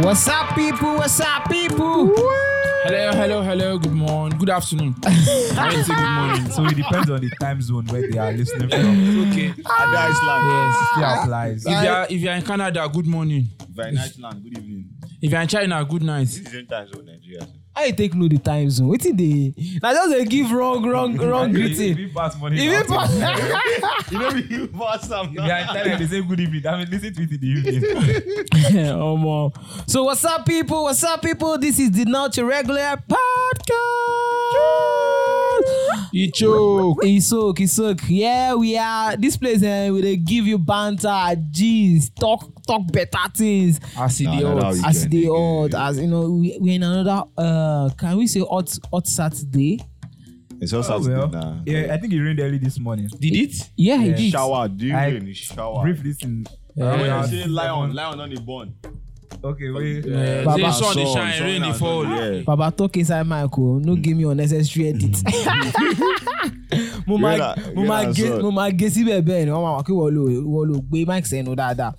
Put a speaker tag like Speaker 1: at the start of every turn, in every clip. Speaker 1: What's up, people? What's up, people?
Speaker 2: Hello, hello, hello. Good morning. Good afternoon. I didn't say good morning.
Speaker 3: So it depends on the time zone where they are listening from.
Speaker 2: Okay.
Speaker 4: Ada Island.
Speaker 2: Yes.
Speaker 3: It applies.
Speaker 2: If you are if you are in Canada, good morning.
Speaker 4: Vaina Island. Good evening.
Speaker 2: If you are in China, good night.
Speaker 4: This is in time zone, Nigeria. so.
Speaker 1: How you take know the time zone? Wetin dey? Na just dey give wrong, wrong, wrong
Speaker 3: If
Speaker 1: greeting.
Speaker 3: you pass money,
Speaker 1: Even
Speaker 3: if
Speaker 1: pass.
Speaker 4: You know you pass am
Speaker 3: you are in
Speaker 4: now.
Speaker 3: Thailand, they say good evening. I mean, listen to it in the evening.
Speaker 1: Omo. Oh, So what's up, people? What's up, people? This is the Not Your Regular Podcast.
Speaker 2: Icho.
Speaker 1: Isok, Isok. Yeah, we are. This place, eh, we dey give you banter, gist, talk, talk better things.
Speaker 2: As it
Speaker 4: Nah,
Speaker 2: dey
Speaker 4: nah, nah,
Speaker 2: hot.
Speaker 4: we-
Speaker 1: as
Speaker 4: Weekend
Speaker 1: they odd
Speaker 4: again.
Speaker 1: as you know we, we're in another uh can we say hot hot saturday
Speaker 4: It's all
Speaker 3: Oh,
Speaker 4: Saturday
Speaker 3: well.
Speaker 4: now.
Speaker 3: Yeah, I think it rained early this morning.
Speaker 2: Did it?
Speaker 1: yeah, it did
Speaker 4: Shower. During
Speaker 3: I-
Speaker 4: rain, shower.
Speaker 3: Brief listen.
Speaker 4: When
Speaker 2: Yeah.
Speaker 4: you say lion, lion on the bone.
Speaker 3: Okay, wait.
Speaker 2: Yeah.
Speaker 1: Baba.
Speaker 2: Say sun dey
Speaker 4: Sun,
Speaker 2: shine,
Speaker 4: sun
Speaker 2: rain dey
Speaker 4: now,
Speaker 2: fall.
Speaker 4: Yeah.
Speaker 1: baba talk inside mic o no give me unnecessary edit mo ma
Speaker 4: Whereas-
Speaker 1: mo ma
Speaker 4: whereas
Speaker 1: ge
Speaker 4: what?
Speaker 1: mo ma ge síbẹ̀ bẹ́ẹ̀ ni wọ́n ma wà kí wọ́n lò wọ́n lò gbé mic sẹ́nu dáadáa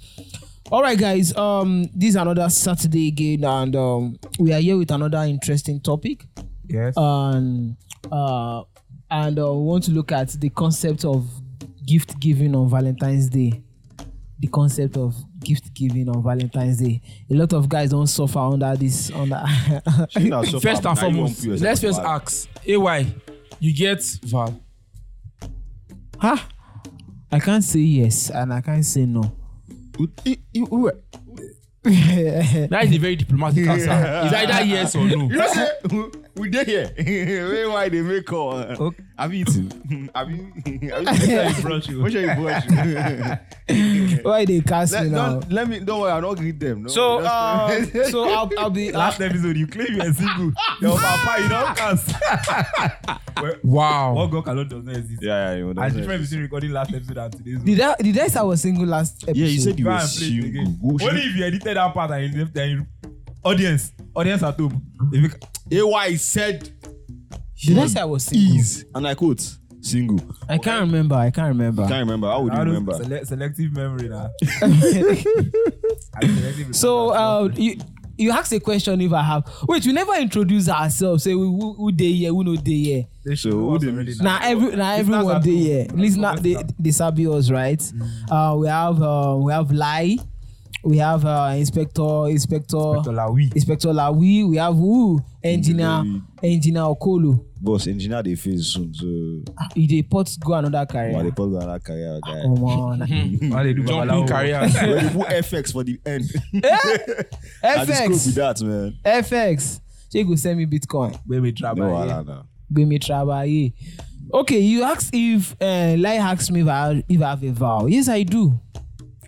Speaker 1: alright guys um, this is another saturday again and um, we are here with another interesting topic
Speaker 3: Yes.
Speaker 1: um, uh, and uh, we want to look at the concept of gift giving on Valentine's Day. The concept of gift giving on Valentine's Day. A lot of guys don't suffer under this. Under
Speaker 4: Shey na so
Speaker 2: First
Speaker 4: far,
Speaker 2: and
Speaker 4: na you wan
Speaker 2: foremost,
Speaker 4: put yourself
Speaker 2: let's first
Speaker 4: back.
Speaker 2: ask. AY, you get Val.
Speaker 1: huh? I can't say yes and I can't say no.
Speaker 4: Who- eh, eh, who-
Speaker 2: That is a very diplomatic answer. It's either yes or no.
Speaker 4: You know say we- we dey here. Wey why they make call.
Speaker 3: Okay.
Speaker 4: Have you eaten? Have you? Have you brush you? Which one you brush you?
Speaker 1: Why they cast
Speaker 4: Let,
Speaker 1: me now?
Speaker 4: don't, let me. Don't worry. I don't greet them. No,
Speaker 1: So,
Speaker 4: Just-
Speaker 1: uh, so I'll, I'll be. I'll,
Speaker 3: Last episode, you claim you are single. Your papa, you don't cast. well,
Speaker 2: Wow.
Speaker 3: what God cannot does not exist.
Speaker 4: yeah, yeah. You
Speaker 3: And the
Speaker 4: understand.
Speaker 3: difference between recording last episode and today's one.
Speaker 1: did I did I say I was single last episode?
Speaker 4: Yeah, you said you
Speaker 3: Go
Speaker 4: were
Speaker 3: and play it again.
Speaker 4: single. Go-
Speaker 3: Only if you edited that part and you left and you, audience, audience at home. If you,
Speaker 4: AY said
Speaker 1: did I say I was single?
Speaker 4: is and I quote single.
Speaker 1: I can't remember. I can't remember.
Speaker 4: Can't remember. How would you
Speaker 3: I don't-
Speaker 4: remember?
Speaker 3: Sele- selective memory now. selective
Speaker 1: So
Speaker 3: remembrance.
Speaker 1: uh, you you asked a question if I have. Wait, we never introduce ourselves. Say we who, who they here, who no they here.
Speaker 3: They should
Speaker 4: so
Speaker 3: know
Speaker 4: who
Speaker 3: us
Speaker 4: they
Speaker 3: already
Speaker 4: miss?
Speaker 3: now.
Speaker 1: Now every now
Speaker 3: Listeners
Speaker 1: everyone
Speaker 3: at
Speaker 1: they
Speaker 3: home.
Speaker 1: here. Listen, they
Speaker 3: Listeners.
Speaker 1: they sabi us right.
Speaker 4: Mm.
Speaker 1: Uh, we have uh, we have Lai, we have uh, Inspector
Speaker 3: Dr.
Speaker 1: Inspector
Speaker 3: Lawi.
Speaker 1: Inspector Lawi, we have who Engineer
Speaker 4: Lawi.
Speaker 1: Engineer Okolo.
Speaker 4: Boss, engineer they face soon. So
Speaker 1: Ah, He dey pot go another
Speaker 4: yeah. they
Speaker 1: career.
Speaker 4: put that career guy.
Speaker 1: Oh man,
Speaker 3: How they do
Speaker 2: Jumping
Speaker 3: Babalawo.
Speaker 2: career.
Speaker 4: When you put FX for the end. I just cope with
Speaker 1: FX
Speaker 4: that, man.
Speaker 1: FX. She go send me Bitcoin.
Speaker 3: Where we travel.
Speaker 4: No, wahala now.
Speaker 1: gbemi trabaye okay you ask if uh, lai ask me if i if i have a vow yes i do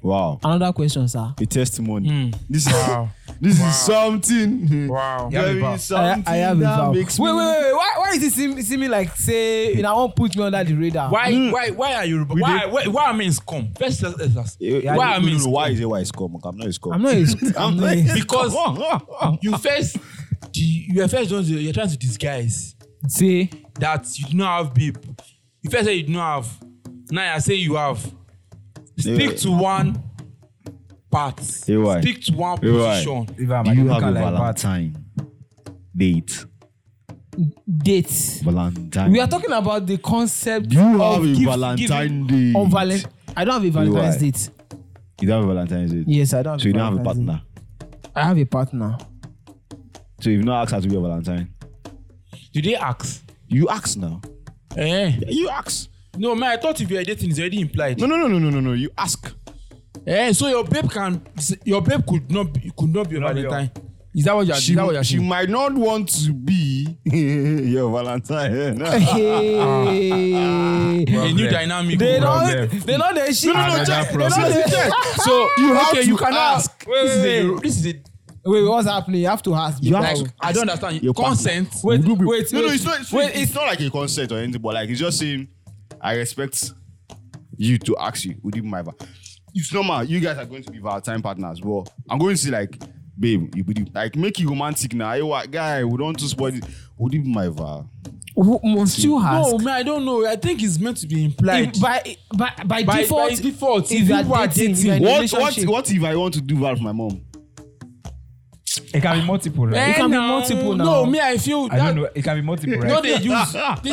Speaker 4: Wow.
Speaker 1: another question sir
Speaker 4: A testimony.
Speaker 2: Hmm.
Speaker 4: This is
Speaker 2: Wow.
Speaker 4: this is something.
Speaker 2: Wow.
Speaker 3: You have a
Speaker 4: Very
Speaker 3: vow.
Speaker 4: something
Speaker 1: i i have a
Speaker 4: that
Speaker 1: vow wait
Speaker 4: makes
Speaker 1: wait
Speaker 4: me-
Speaker 1: wait wait why why is it seem seem like say una wan put me under the radar.
Speaker 2: Why,
Speaker 3: Hmm.
Speaker 2: why, why are you? Why, why, why are men scum? First, uh, let's, let's ask.
Speaker 4: Eh, eh,
Speaker 2: why
Speaker 4: no,
Speaker 2: are
Speaker 4: no,
Speaker 2: men
Speaker 4: no,
Speaker 2: scum?
Speaker 4: Why is it why it's come? I'm not it's
Speaker 1: i'm
Speaker 4: come.
Speaker 1: not a i'm not a
Speaker 2: Because you first, the, you are first don't you- you're trying to disguise
Speaker 1: say
Speaker 2: that you do not have babe. You first say you do not have. Now I say you have. Stick
Speaker 4: Yeah.
Speaker 2: to one part.
Speaker 4: Yeah, why?
Speaker 2: Stick to one
Speaker 4: Yeah, why?
Speaker 2: position.
Speaker 3: If I'm a local like that.
Speaker 4: Valentine date?
Speaker 1: date
Speaker 4: Valentine.
Speaker 1: we are talking about the concept
Speaker 4: Do you
Speaker 1: of
Speaker 4: have a
Speaker 1: gift
Speaker 4: Valentine
Speaker 1: giving
Speaker 4: date?
Speaker 1: on valen i don't have a valentine's
Speaker 4: Do I?
Speaker 1: date
Speaker 4: You don't have a Valentine's date.
Speaker 1: yes i don't have
Speaker 4: So you don't have a
Speaker 1: Valentine's
Speaker 4: partner.
Speaker 1: date. i have a partner
Speaker 4: So you've not asked her to be a Valentine.
Speaker 2: Do they ask?
Speaker 4: You ask now.
Speaker 2: Eh?
Speaker 4: You ask.
Speaker 2: No, man. I thought if you are dating, it's already implied.
Speaker 4: No, no, no, no, no, no, no. You ask.
Speaker 2: Eh? So your babe can, your babe could not, be, could not be your
Speaker 3: Not be your-
Speaker 2: Valentine. Is that what you're?
Speaker 4: She,
Speaker 2: Is that what you're
Speaker 4: she
Speaker 2: saying?
Speaker 4: might not want to be your Valentine. no, no,
Speaker 1: Hey.
Speaker 2: A new
Speaker 3: Problem.
Speaker 2: dynamic.
Speaker 1: they don
Speaker 3: Problem.
Speaker 1: they don dey shit
Speaker 4: no,
Speaker 3: Another
Speaker 4: check.
Speaker 3: problem.
Speaker 4: Seriously, check.
Speaker 2: So you
Speaker 4: have
Speaker 2: okay,
Speaker 4: to
Speaker 2: you cannot
Speaker 4: ask.
Speaker 2: Wait,
Speaker 1: This is a-
Speaker 2: wait, wait. This is it.
Speaker 1: Ah, wait what's happening you have to ask
Speaker 4: You have
Speaker 1: before-
Speaker 4: to
Speaker 2: I don't understand.
Speaker 4: Your partner.
Speaker 2: Consent.
Speaker 1: wait wait
Speaker 4: no,
Speaker 1: wait
Speaker 4: it's not. It's,
Speaker 1: wait
Speaker 4: it's, not like a consent or anything, but like it's just saying, I respect you to ask you. Would you be my? Val-" It's normal. You guys are going to be Valentine partners, but I'm going to say like, babe, you would like make it romantic now. Hey, what guy? We don't want to spoil it. Would you be my Val?
Speaker 1: Who must you ask?
Speaker 2: No, man, I don't know. I think it's meant to be implied.
Speaker 1: if, by, by, by
Speaker 2: By-
Speaker 1: default,
Speaker 2: by default,
Speaker 1: if you are
Speaker 2: people are
Speaker 1: dating,
Speaker 2: dating.
Speaker 1: you are in a
Speaker 4: What? What?
Speaker 1: relationship.
Speaker 4: What if I want to do Val for my mom?
Speaker 3: It can be multiple, right?
Speaker 1: It can be
Speaker 2: Eh, no.
Speaker 1: multiple now.
Speaker 2: No, me, I feel
Speaker 3: I don't
Speaker 2: that.
Speaker 3: know. It can be multiple, right?
Speaker 2: No, they use this. That,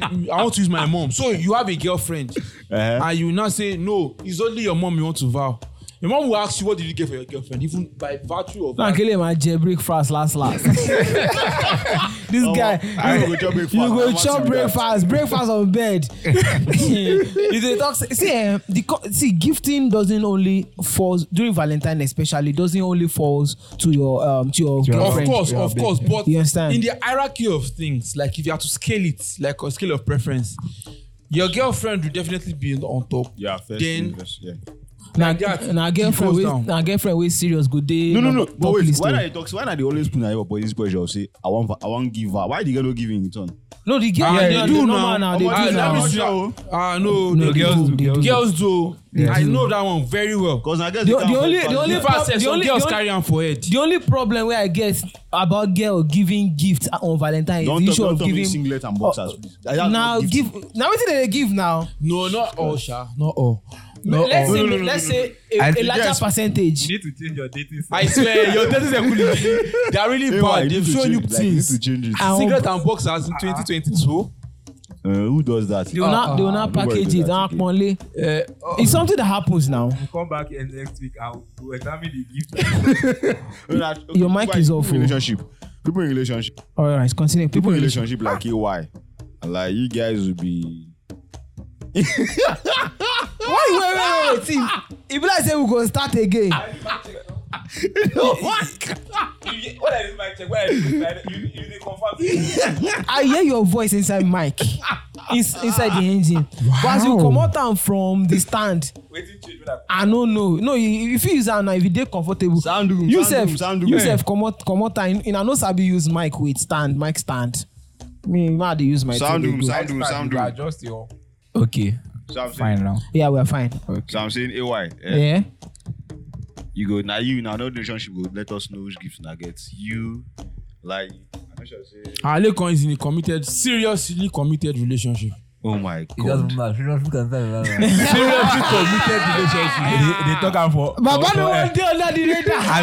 Speaker 2: I want to use my mom. So you have a girlfriend,
Speaker 1: Eh?
Speaker 4: Uh-huh.
Speaker 2: and you now say no. It's only your mom you want to vow. Your mom will ask you what did you get for your girlfriend, even by virtue of.
Speaker 1: Frank Ele man jẹ breakfast last last. this
Speaker 4: Omo,
Speaker 1: guy
Speaker 4: Oh, I no go chop breakfast.
Speaker 1: you
Speaker 4: I
Speaker 1: go
Speaker 4: want
Speaker 1: chop
Speaker 4: to be
Speaker 1: breakfast breakfast on bed. you dey talk say see eh the co see gifting doesn't only falls during valentine especially doesn't only falls to your um to your
Speaker 3: To your-
Speaker 2: of
Speaker 1: girlfriend.
Speaker 2: course,
Speaker 3: Yeah,
Speaker 2: of
Speaker 3: babe.
Speaker 2: course, but
Speaker 1: You understand?
Speaker 2: in the hierarchy of things, like if you have to scale it, like a scale of preference, your girlfriend will definitely be on top.
Speaker 4: Yeah, first
Speaker 2: Then-
Speaker 4: thing first, yeah.
Speaker 1: na
Speaker 2: that,
Speaker 1: na
Speaker 2: it
Speaker 1: girlfriend
Speaker 2: goes
Speaker 1: wey
Speaker 2: down.
Speaker 1: na girlfriend wey serious go dey.
Speaker 4: No, no, no.
Speaker 1: top-
Speaker 4: But
Speaker 1: top
Speaker 4: wait,
Speaker 1: list
Speaker 4: why
Speaker 1: o.
Speaker 4: are you talking? Why are they always put on your body's pressure? I'll say, I want, I want give her. Why the girl not giving in turn?
Speaker 1: no the girl
Speaker 2: Ah,
Speaker 1: yeah,
Speaker 2: they
Speaker 1: yeah,
Speaker 2: do
Speaker 1: do
Speaker 2: now.
Speaker 1: normal now they
Speaker 4: Omo,
Speaker 2: Ah,
Speaker 1: do
Speaker 4: that
Speaker 2: that
Speaker 1: now.
Speaker 2: means
Speaker 4: Not
Speaker 2: you are-
Speaker 4: sure.
Speaker 2: ah no,
Speaker 1: No,
Speaker 2: no,
Speaker 1: they
Speaker 3: girls do,
Speaker 1: do, they
Speaker 3: girls do.
Speaker 2: girls do. I know that one very well.
Speaker 4: Because I guess
Speaker 1: The-
Speaker 4: they can't
Speaker 1: the only-
Speaker 4: afford
Speaker 1: the
Speaker 4: to-
Speaker 1: only-
Speaker 2: In fact,
Speaker 1: The
Speaker 2: sef, some girls
Speaker 1: the only-
Speaker 2: carry am for head.
Speaker 1: the only problem wey i get about girl giving gift on valentine
Speaker 4: Don't
Speaker 1: is the
Speaker 4: talk,
Speaker 1: issue
Speaker 4: don't
Speaker 1: of
Speaker 4: talk me
Speaker 1: giving
Speaker 4: singlet and boxers. please. That's not
Speaker 1: na
Speaker 4: gifting.
Speaker 1: give na wetin dem dey give now.
Speaker 2: No, not all, Sha. Not all.
Speaker 1: No,
Speaker 2: Not
Speaker 1: let's
Speaker 2: all.
Speaker 1: say no, no, let's no, say no,
Speaker 3: I
Speaker 1: a, a
Speaker 3: think
Speaker 1: larger
Speaker 4: yes.
Speaker 1: percentage.
Speaker 3: You need to change your dating
Speaker 2: I swear, your dating and cooling, they are really
Speaker 4: Ewa,
Speaker 2: bad.
Speaker 4: you
Speaker 2: They've
Speaker 4: need to
Speaker 2: shown
Speaker 4: change-
Speaker 2: you
Speaker 4: like,
Speaker 2: things.
Speaker 4: You need to change it.
Speaker 1: Ah,
Speaker 2: Cigarette and boxers in 2022.
Speaker 4: Uh, who does that?
Speaker 1: They will not they will not
Speaker 4: nobody
Speaker 1: package
Speaker 4: do
Speaker 1: it and
Speaker 4: that today.
Speaker 1: ponle.
Speaker 2: Uh,
Speaker 1: It's something that happens now.
Speaker 3: We'll come back and next week. I'll we'll examine the gift.
Speaker 4: No, that- okay,
Speaker 1: Your mic
Speaker 4: people
Speaker 1: is
Speaker 4: in-
Speaker 1: off,
Speaker 4: people
Speaker 1: oh.
Speaker 4: in Relationship. People in relationship.
Speaker 1: All right, continue.
Speaker 4: People
Speaker 1: People
Speaker 4: in relationship like EY. And like you guys will be.
Speaker 1: why you wait wait wait see e be like say we go start again.
Speaker 3: What I did my check? What I did you? You did confirm.
Speaker 1: I hear your voice inside mic ins inside the engine. Wow. But as you comot am from the stand
Speaker 3: Waiting change when I.
Speaker 1: I no know no you you fit use am now if you dey comfortable.
Speaker 4: Sound room,
Speaker 1: you
Speaker 4: sound
Speaker 1: sef
Speaker 4: room, sound room,
Speaker 1: you
Speaker 4: eh.
Speaker 1: sef comot comot am una no sabi use mic with stand mic stand. Me ma dey use my
Speaker 4: Sound
Speaker 1: thing dey go.
Speaker 4: room, sound room, sound room.
Speaker 3: Adjust your.
Speaker 1: Okay.
Speaker 4: So I'm saying,
Speaker 3: Fine now.
Speaker 1: Yeah, we are fine.
Speaker 4: so I'm saying AY. eh,
Speaker 1: Yeah.
Speaker 4: You go, now you, now no relationship go let us know which gifts now get. You, like. I'm not sure say-
Speaker 2: Alekon is in a committed, seriously committed relationship.
Speaker 4: Oh my
Speaker 5: It doesn't
Speaker 4: god.
Speaker 5: matter. She doesn't look at
Speaker 2: Seriously committed relationship.
Speaker 3: They, they talk am for.
Speaker 1: Baba
Speaker 3: for-
Speaker 1: no
Speaker 3: for, eh,
Speaker 1: wan dey under the radar.
Speaker 3: I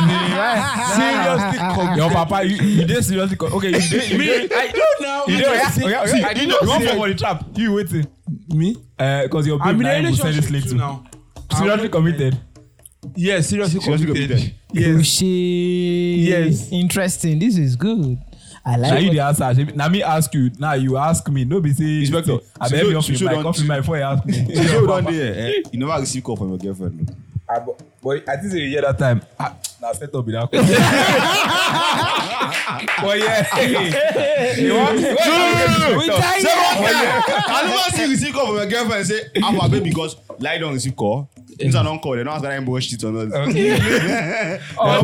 Speaker 3: mean, seriously, com- your papa, you, you did seriously. Com- okay, you did. You did.
Speaker 2: I don't know.
Speaker 3: You did.
Speaker 2: I
Speaker 3: Oh,
Speaker 2: see-
Speaker 3: yeah, oh,
Speaker 2: see,
Speaker 3: yeah. I did not go for the trap. You waiting.
Speaker 2: Me?
Speaker 3: Because your babe
Speaker 2: I'm in
Speaker 3: now
Speaker 2: a
Speaker 3: will send this link
Speaker 2: relationship too
Speaker 3: to.
Speaker 2: now.
Speaker 3: Seriously
Speaker 2: I'm-
Speaker 3: committed.
Speaker 2: Yes, seriously
Speaker 4: Seriously
Speaker 2: committed.
Speaker 4: committed.
Speaker 1: Oh,
Speaker 2: Yes.
Speaker 1: shit.
Speaker 2: Yes.
Speaker 1: Interesting. This is good. I
Speaker 3: na you
Speaker 1: like
Speaker 3: dey
Speaker 1: it.
Speaker 3: answer shebi na me ask you na you ask me no be say
Speaker 4: Inspector,
Speaker 3: abeg help
Speaker 4: she
Speaker 3: me
Speaker 4: show-
Speaker 3: off
Speaker 4: she
Speaker 3: your
Speaker 4: show
Speaker 3: mic
Speaker 4: don-
Speaker 3: off your mic before you ask me.
Speaker 4: So you don't there. eh, You never receive call from your girlfriend. no?
Speaker 3: Ah, but, but I think say you hear that time ah, na set up be that call. but yeah hey, you wan you wan
Speaker 1: We tell you.
Speaker 4: I never see receive call from your girlfriend and say, I'm a baby because lie don't receive call. Things are not call. They don't ask that I'm bullshit or not.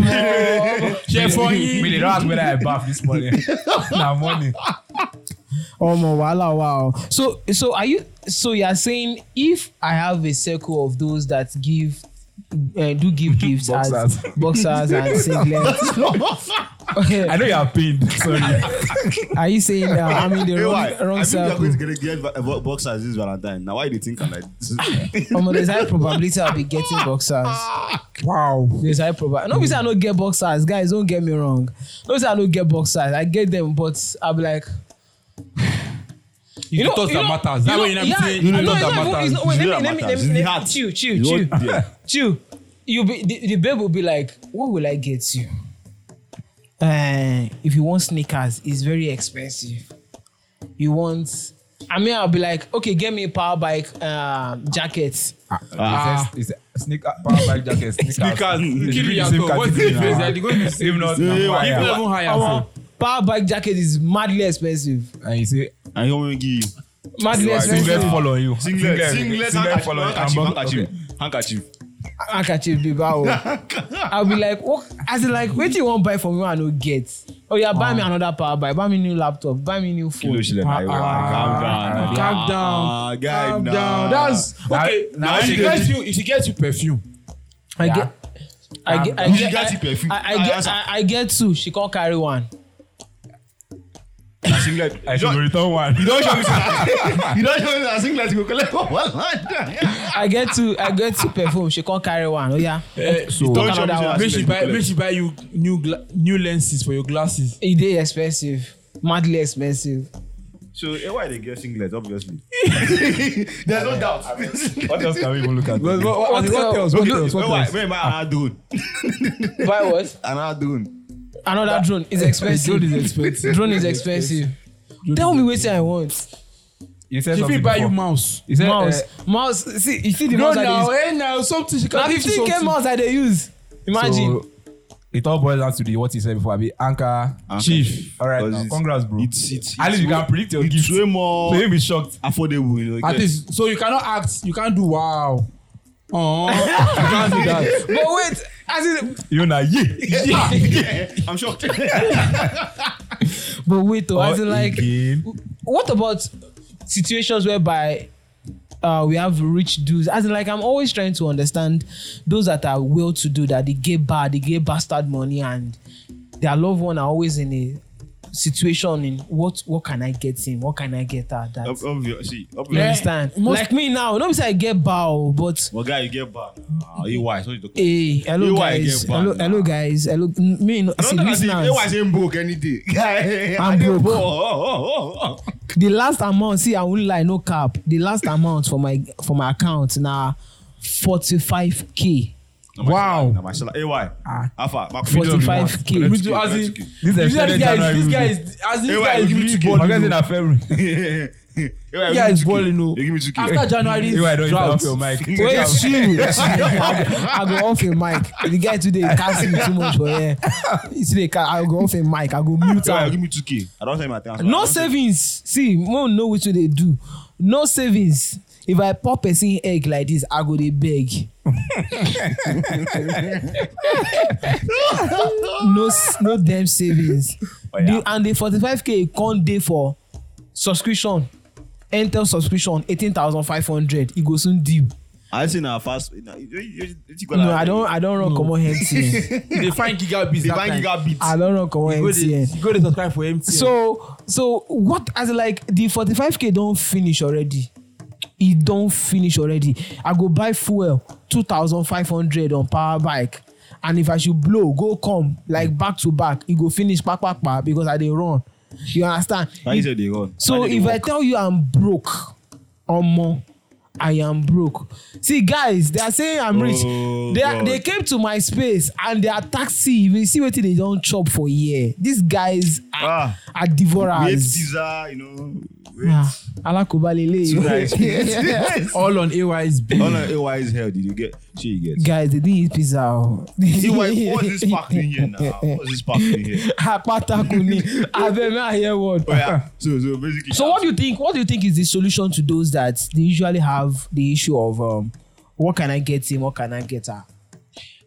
Speaker 2: Share for
Speaker 3: me dey
Speaker 2: you.
Speaker 3: don ask whether I baff this morning na morning
Speaker 1: Omo wahala wow. So so are you so you are saying if I have a circle of those that give uh, do give gifts as
Speaker 3: Boxers.
Speaker 1: boxers and singlets. Okay.
Speaker 3: I know you are pained sorry
Speaker 1: Are you saying that I'm in the
Speaker 4: Hey, why?
Speaker 1: wrong,
Speaker 4: I
Speaker 1: wrong
Speaker 4: think we
Speaker 1: circle?
Speaker 4: are going to get, get va- va- boxers this Valentine. Now, why do you think I'm like this?
Speaker 1: Omo, there's high probability I'll be getting boxers.
Speaker 3: wow
Speaker 1: Yes, I provide. No, be say I don't get box size, guys. Don't get me wrong. No, be say I don't get box size. I get them, but I'll be like,
Speaker 2: You know, you know, matters. That way you know,
Speaker 1: yeah,
Speaker 2: you
Speaker 1: no,
Speaker 2: know,
Speaker 1: it's
Speaker 2: that
Speaker 1: not even.
Speaker 2: matters.
Speaker 1: It's not, wait,
Speaker 4: You know
Speaker 1: let me, let me,
Speaker 4: that matters.
Speaker 1: let me,
Speaker 4: It's
Speaker 1: let
Speaker 4: the
Speaker 1: me, chill, chill,
Speaker 4: You
Speaker 1: chill,
Speaker 4: want there.
Speaker 1: chill. You be the, the babe will be like, what will I get you? Uh, if you want sneakers, it's very expensive. You want. I mean, I'll be like, okay, get me a power bike uh, jacket.
Speaker 3: ah it's a sneaker power bag jacket sneakers
Speaker 2: Sneakers.
Speaker 3: It's
Speaker 2: Keep
Speaker 3: really
Speaker 2: it
Speaker 3: the same
Speaker 2: at all. What's
Speaker 3: category
Speaker 2: the difference?
Speaker 3: now.
Speaker 2: They're going to be same.
Speaker 3: if not
Speaker 4: Yeah,
Speaker 3: na
Speaker 4: yeah,
Speaker 3: why
Speaker 4: yeah.
Speaker 2: People
Speaker 3: yeah.
Speaker 2: even hire.
Speaker 1: Our
Speaker 2: so.
Speaker 1: power bike jacket is madly expensive.
Speaker 3: and you say
Speaker 4: And you want me to give you
Speaker 1: Madly
Speaker 4: Right.
Speaker 1: expensive.
Speaker 3: singlet fall on you
Speaker 4: singlet, singlet, handkerchief,
Speaker 3: fall on you and
Speaker 4: handkerchief, handkerchief,
Speaker 3: buckle
Speaker 4: handkerchief.
Speaker 1: handkerchief be bow. I'll be like, what? As in like, wetin you wan buy from me I no get. Oh yeah, buy me another power buy, buy me new laptop, buy me new phone.
Speaker 4: Kilo shilling. Calm
Speaker 2: Calm down.
Speaker 4: down. Ah, guy,
Speaker 2: Calm
Speaker 4: nah.
Speaker 2: down. That's
Speaker 3: Now-
Speaker 2: okay.
Speaker 3: now
Speaker 2: Now, if she
Speaker 3: you
Speaker 2: gets
Speaker 3: get-
Speaker 2: you, if she gets you perfume,
Speaker 1: I
Speaker 3: Yeah.
Speaker 1: get. I get, I
Speaker 4: You
Speaker 1: get,
Speaker 4: get it,
Speaker 1: I,
Speaker 4: perfume.
Speaker 1: I, I, get, I, I get two. She can't carry one.
Speaker 4: na singlet
Speaker 3: I
Speaker 4: you
Speaker 3: should
Speaker 4: don
Speaker 3: return one.
Speaker 4: you don show me say you don show me say na singlet you go collect for one hand.
Speaker 1: I get to I get to perfume. She can't carry one. Oh yeah.
Speaker 2: Eh,
Speaker 3: So-
Speaker 4: Don't show me say
Speaker 1: Another
Speaker 4: na
Speaker 1: one.
Speaker 2: make she
Speaker 4: singlet you
Speaker 2: buy make
Speaker 4: collect.
Speaker 2: she buy you new gla new lenses for your glasses.
Speaker 1: It they expensive. Madly expensive.
Speaker 4: so eh, why they get singlet obviously. there is no doubt.
Speaker 3: What else can we even look at?
Speaker 2: But, but,
Speaker 1: What
Speaker 2: what, what
Speaker 1: else?
Speaker 2: else? What
Speaker 4: okay
Speaker 2: else?
Speaker 4: wait
Speaker 2: What else?
Speaker 4: wait wait another drone
Speaker 1: Buy what?
Speaker 4: another drone.
Speaker 1: Another drone is expensive.
Speaker 2: Drone is expensive.
Speaker 1: Drone is expensive. Tell me wetin I want.
Speaker 3: You said
Speaker 2: She
Speaker 3: something
Speaker 2: fit buy you
Speaker 3: before.
Speaker 2: mouse.
Speaker 3: You said,
Speaker 1: Mouse.
Speaker 3: uh,
Speaker 1: Mouse. See, you see the
Speaker 2: No
Speaker 1: mouse I dey
Speaker 2: now,
Speaker 1: use.
Speaker 2: eh now something she
Speaker 1: Na
Speaker 2: can teach you
Speaker 1: fifteen k
Speaker 2: something.
Speaker 1: mouse I dey use. Imagine.
Speaker 3: So, it all boils down to the what you said before. I mean, anchor.
Speaker 4: Chief.
Speaker 3: All right,
Speaker 4: Because
Speaker 3: now,
Speaker 4: it's-
Speaker 3: congrats, bro.
Speaker 4: it's it's
Speaker 3: At least you
Speaker 4: it's
Speaker 3: can predict your
Speaker 4: it's
Speaker 3: gift.
Speaker 4: way
Speaker 3: So
Speaker 4: more
Speaker 3: you'll be shocked.
Speaker 4: affordable you know. you
Speaker 2: At
Speaker 4: get.
Speaker 2: least so you cannot act, you can't do wow. Oh, you can't do that.
Speaker 1: but wait as in
Speaker 3: You know, yeah.
Speaker 4: i'm sure.
Speaker 1: but wait though
Speaker 5: Oh,
Speaker 1: as in like
Speaker 3: again.
Speaker 1: what about situations whereby uh, we have rich dudes as in like i'm always trying to understand those that are well to do that they get bad they get bastard money and their loved one are always in a situation in what what can i get him what can i get her that
Speaker 4: Ob- obvious- see,
Speaker 1: you
Speaker 4: obvious.
Speaker 1: understand like me now no be say i get bow but
Speaker 4: Well, guy, you get back. Ah, EY. So you talk-
Speaker 1: hey hello
Speaker 4: You are
Speaker 1: guys
Speaker 4: get bad
Speaker 1: hello
Speaker 4: now.
Speaker 1: hello guys hello me no
Speaker 4: I
Speaker 1: see
Speaker 4: don't know if
Speaker 1: listeners
Speaker 4: EY say broke any day. Guy,
Speaker 1: I'm
Speaker 4: I dey
Speaker 1: broke.
Speaker 4: Oh, oh, oh, oh.
Speaker 1: the last amount see i won't lie no cap the last amount for my for my account na forty-five k
Speaker 4: Na my
Speaker 2: Wow.
Speaker 4: salary, na my salary. EY.
Speaker 3: Ah.
Speaker 4: Alpha, back for middle of the month.
Speaker 1: 45 k
Speaker 4: Let's
Speaker 2: Which,
Speaker 4: go,
Speaker 2: as
Speaker 4: let's
Speaker 2: in,
Speaker 4: go.
Speaker 3: This
Speaker 2: this, this guy
Speaker 3: extended January
Speaker 2: is
Speaker 3: will
Speaker 2: this guy
Speaker 3: do.
Speaker 2: is as in
Speaker 4: Eh,
Speaker 2: this
Speaker 4: why
Speaker 2: guy is
Speaker 4: you
Speaker 2: giving
Speaker 4: give
Speaker 2: you ball.
Speaker 4: me
Speaker 3: Forget in February.
Speaker 4: EY,
Speaker 2: This guy
Speaker 4: give me
Speaker 2: is
Speaker 4: two K.
Speaker 2: balling. No,
Speaker 4: You give me two K.
Speaker 2: after January
Speaker 3: You I don't even
Speaker 2: drought.
Speaker 3: off your mic.
Speaker 1: wait chill chill. i go off a mic the guy today cast me too much for here he today ca- i go off a mic i go mute
Speaker 4: EY,
Speaker 1: am
Speaker 4: give me two K. I don't say my thing.
Speaker 1: no savings see mo know wetin dey do no savings if i pour person egg like this i go dey beg no s- no dem savings
Speaker 2: Oh,
Speaker 4: Oya.
Speaker 1: the, and the forty-five k come dey for subscription intel subscription eighteen thousand five hundred e go soon deep
Speaker 4: I say na fast. na- you- you- you- you go
Speaker 1: no
Speaker 4: like-
Speaker 1: i don i don run no. comot mtn
Speaker 2: they find gigabits
Speaker 4: They
Speaker 2: that time.
Speaker 4: find gigabit.
Speaker 1: i don run comot
Speaker 2: You go dey-
Speaker 1: mtn
Speaker 2: you go to subscribe for MTN.
Speaker 1: so so what as in like the forty-five k don finish already e don finish already i go buy fuel two thousand five hundred on power bike and if i should blow go come like back to back e go finish kpakpakpa because i dey run you understand
Speaker 4: Na you say they run.
Speaker 1: so
Speaker 4: Na they
Speaker 1: if
Speaker 4: work.
Speaker 1: i tell you i'm broke omo i am broke see guys they are saying i'm rich
Speaker 4: Oh,
Speaker 1: they are,
Speaker 4: God.
Speaker 1: they came to my space and their taxi you see wetin they don chop for here these guys are,
Speaker 4: Ah.
Speaker 1: are
Speaker 4: Wait,
Speaker 1: devourers
Speaker 4: pizza, you know.
Speaker 1: Ah, alakoba
Speaker 4: Two nice
Speaker 1: lele
Speaker 4: pizza.
Speaker 2: all on AY's bill.
Speaker 4: All that AY is hell. Did you get? She you get.
Speaker 1: guys they dey eat pizza o
Speaker 4: See why? What's this park in here now? What's this park in here?
Speaker 1: apatako ni abeg may i hear word.
Speaker 4: Oh yeah. So so basically.
Speaker 1: So what do you think? What do you think is the solution to those that they usually have the issue of um, what can I get him, what can I get her?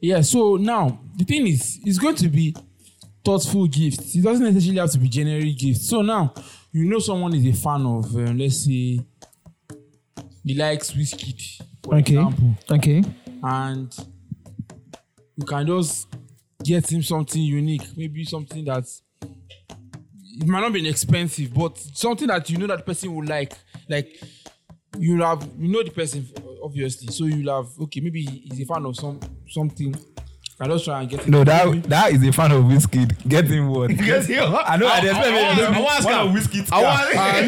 Speaker 2: Yeah. So now the thing is, it's going to be thoughtful gifts. It doesn't necessarily have to be generic gifts. So now you know someone is a fan of, um, let's say, he likes whiskey, for example.
Speaker 1: Okay.
Speaker 2: and you can just get him something unique maybe something that it might not be expensive but something that you know that person would like like you have you know the person obviously so you'll have okay maybe he's a fan of some something i just try and get him
Speaker 3: No, that that is a fan of whiskey. Get him what?
Speaker 4: Because you
Speaker 3: I know. I
Speaker 4: I,
Speaker 3: expect
Speaker 4: I, I, I want
Speaker 3: one
Speaker 4: scam.
Speaker 3: of whiskey.
Speaker 4: I want.
Speaker 2: uh,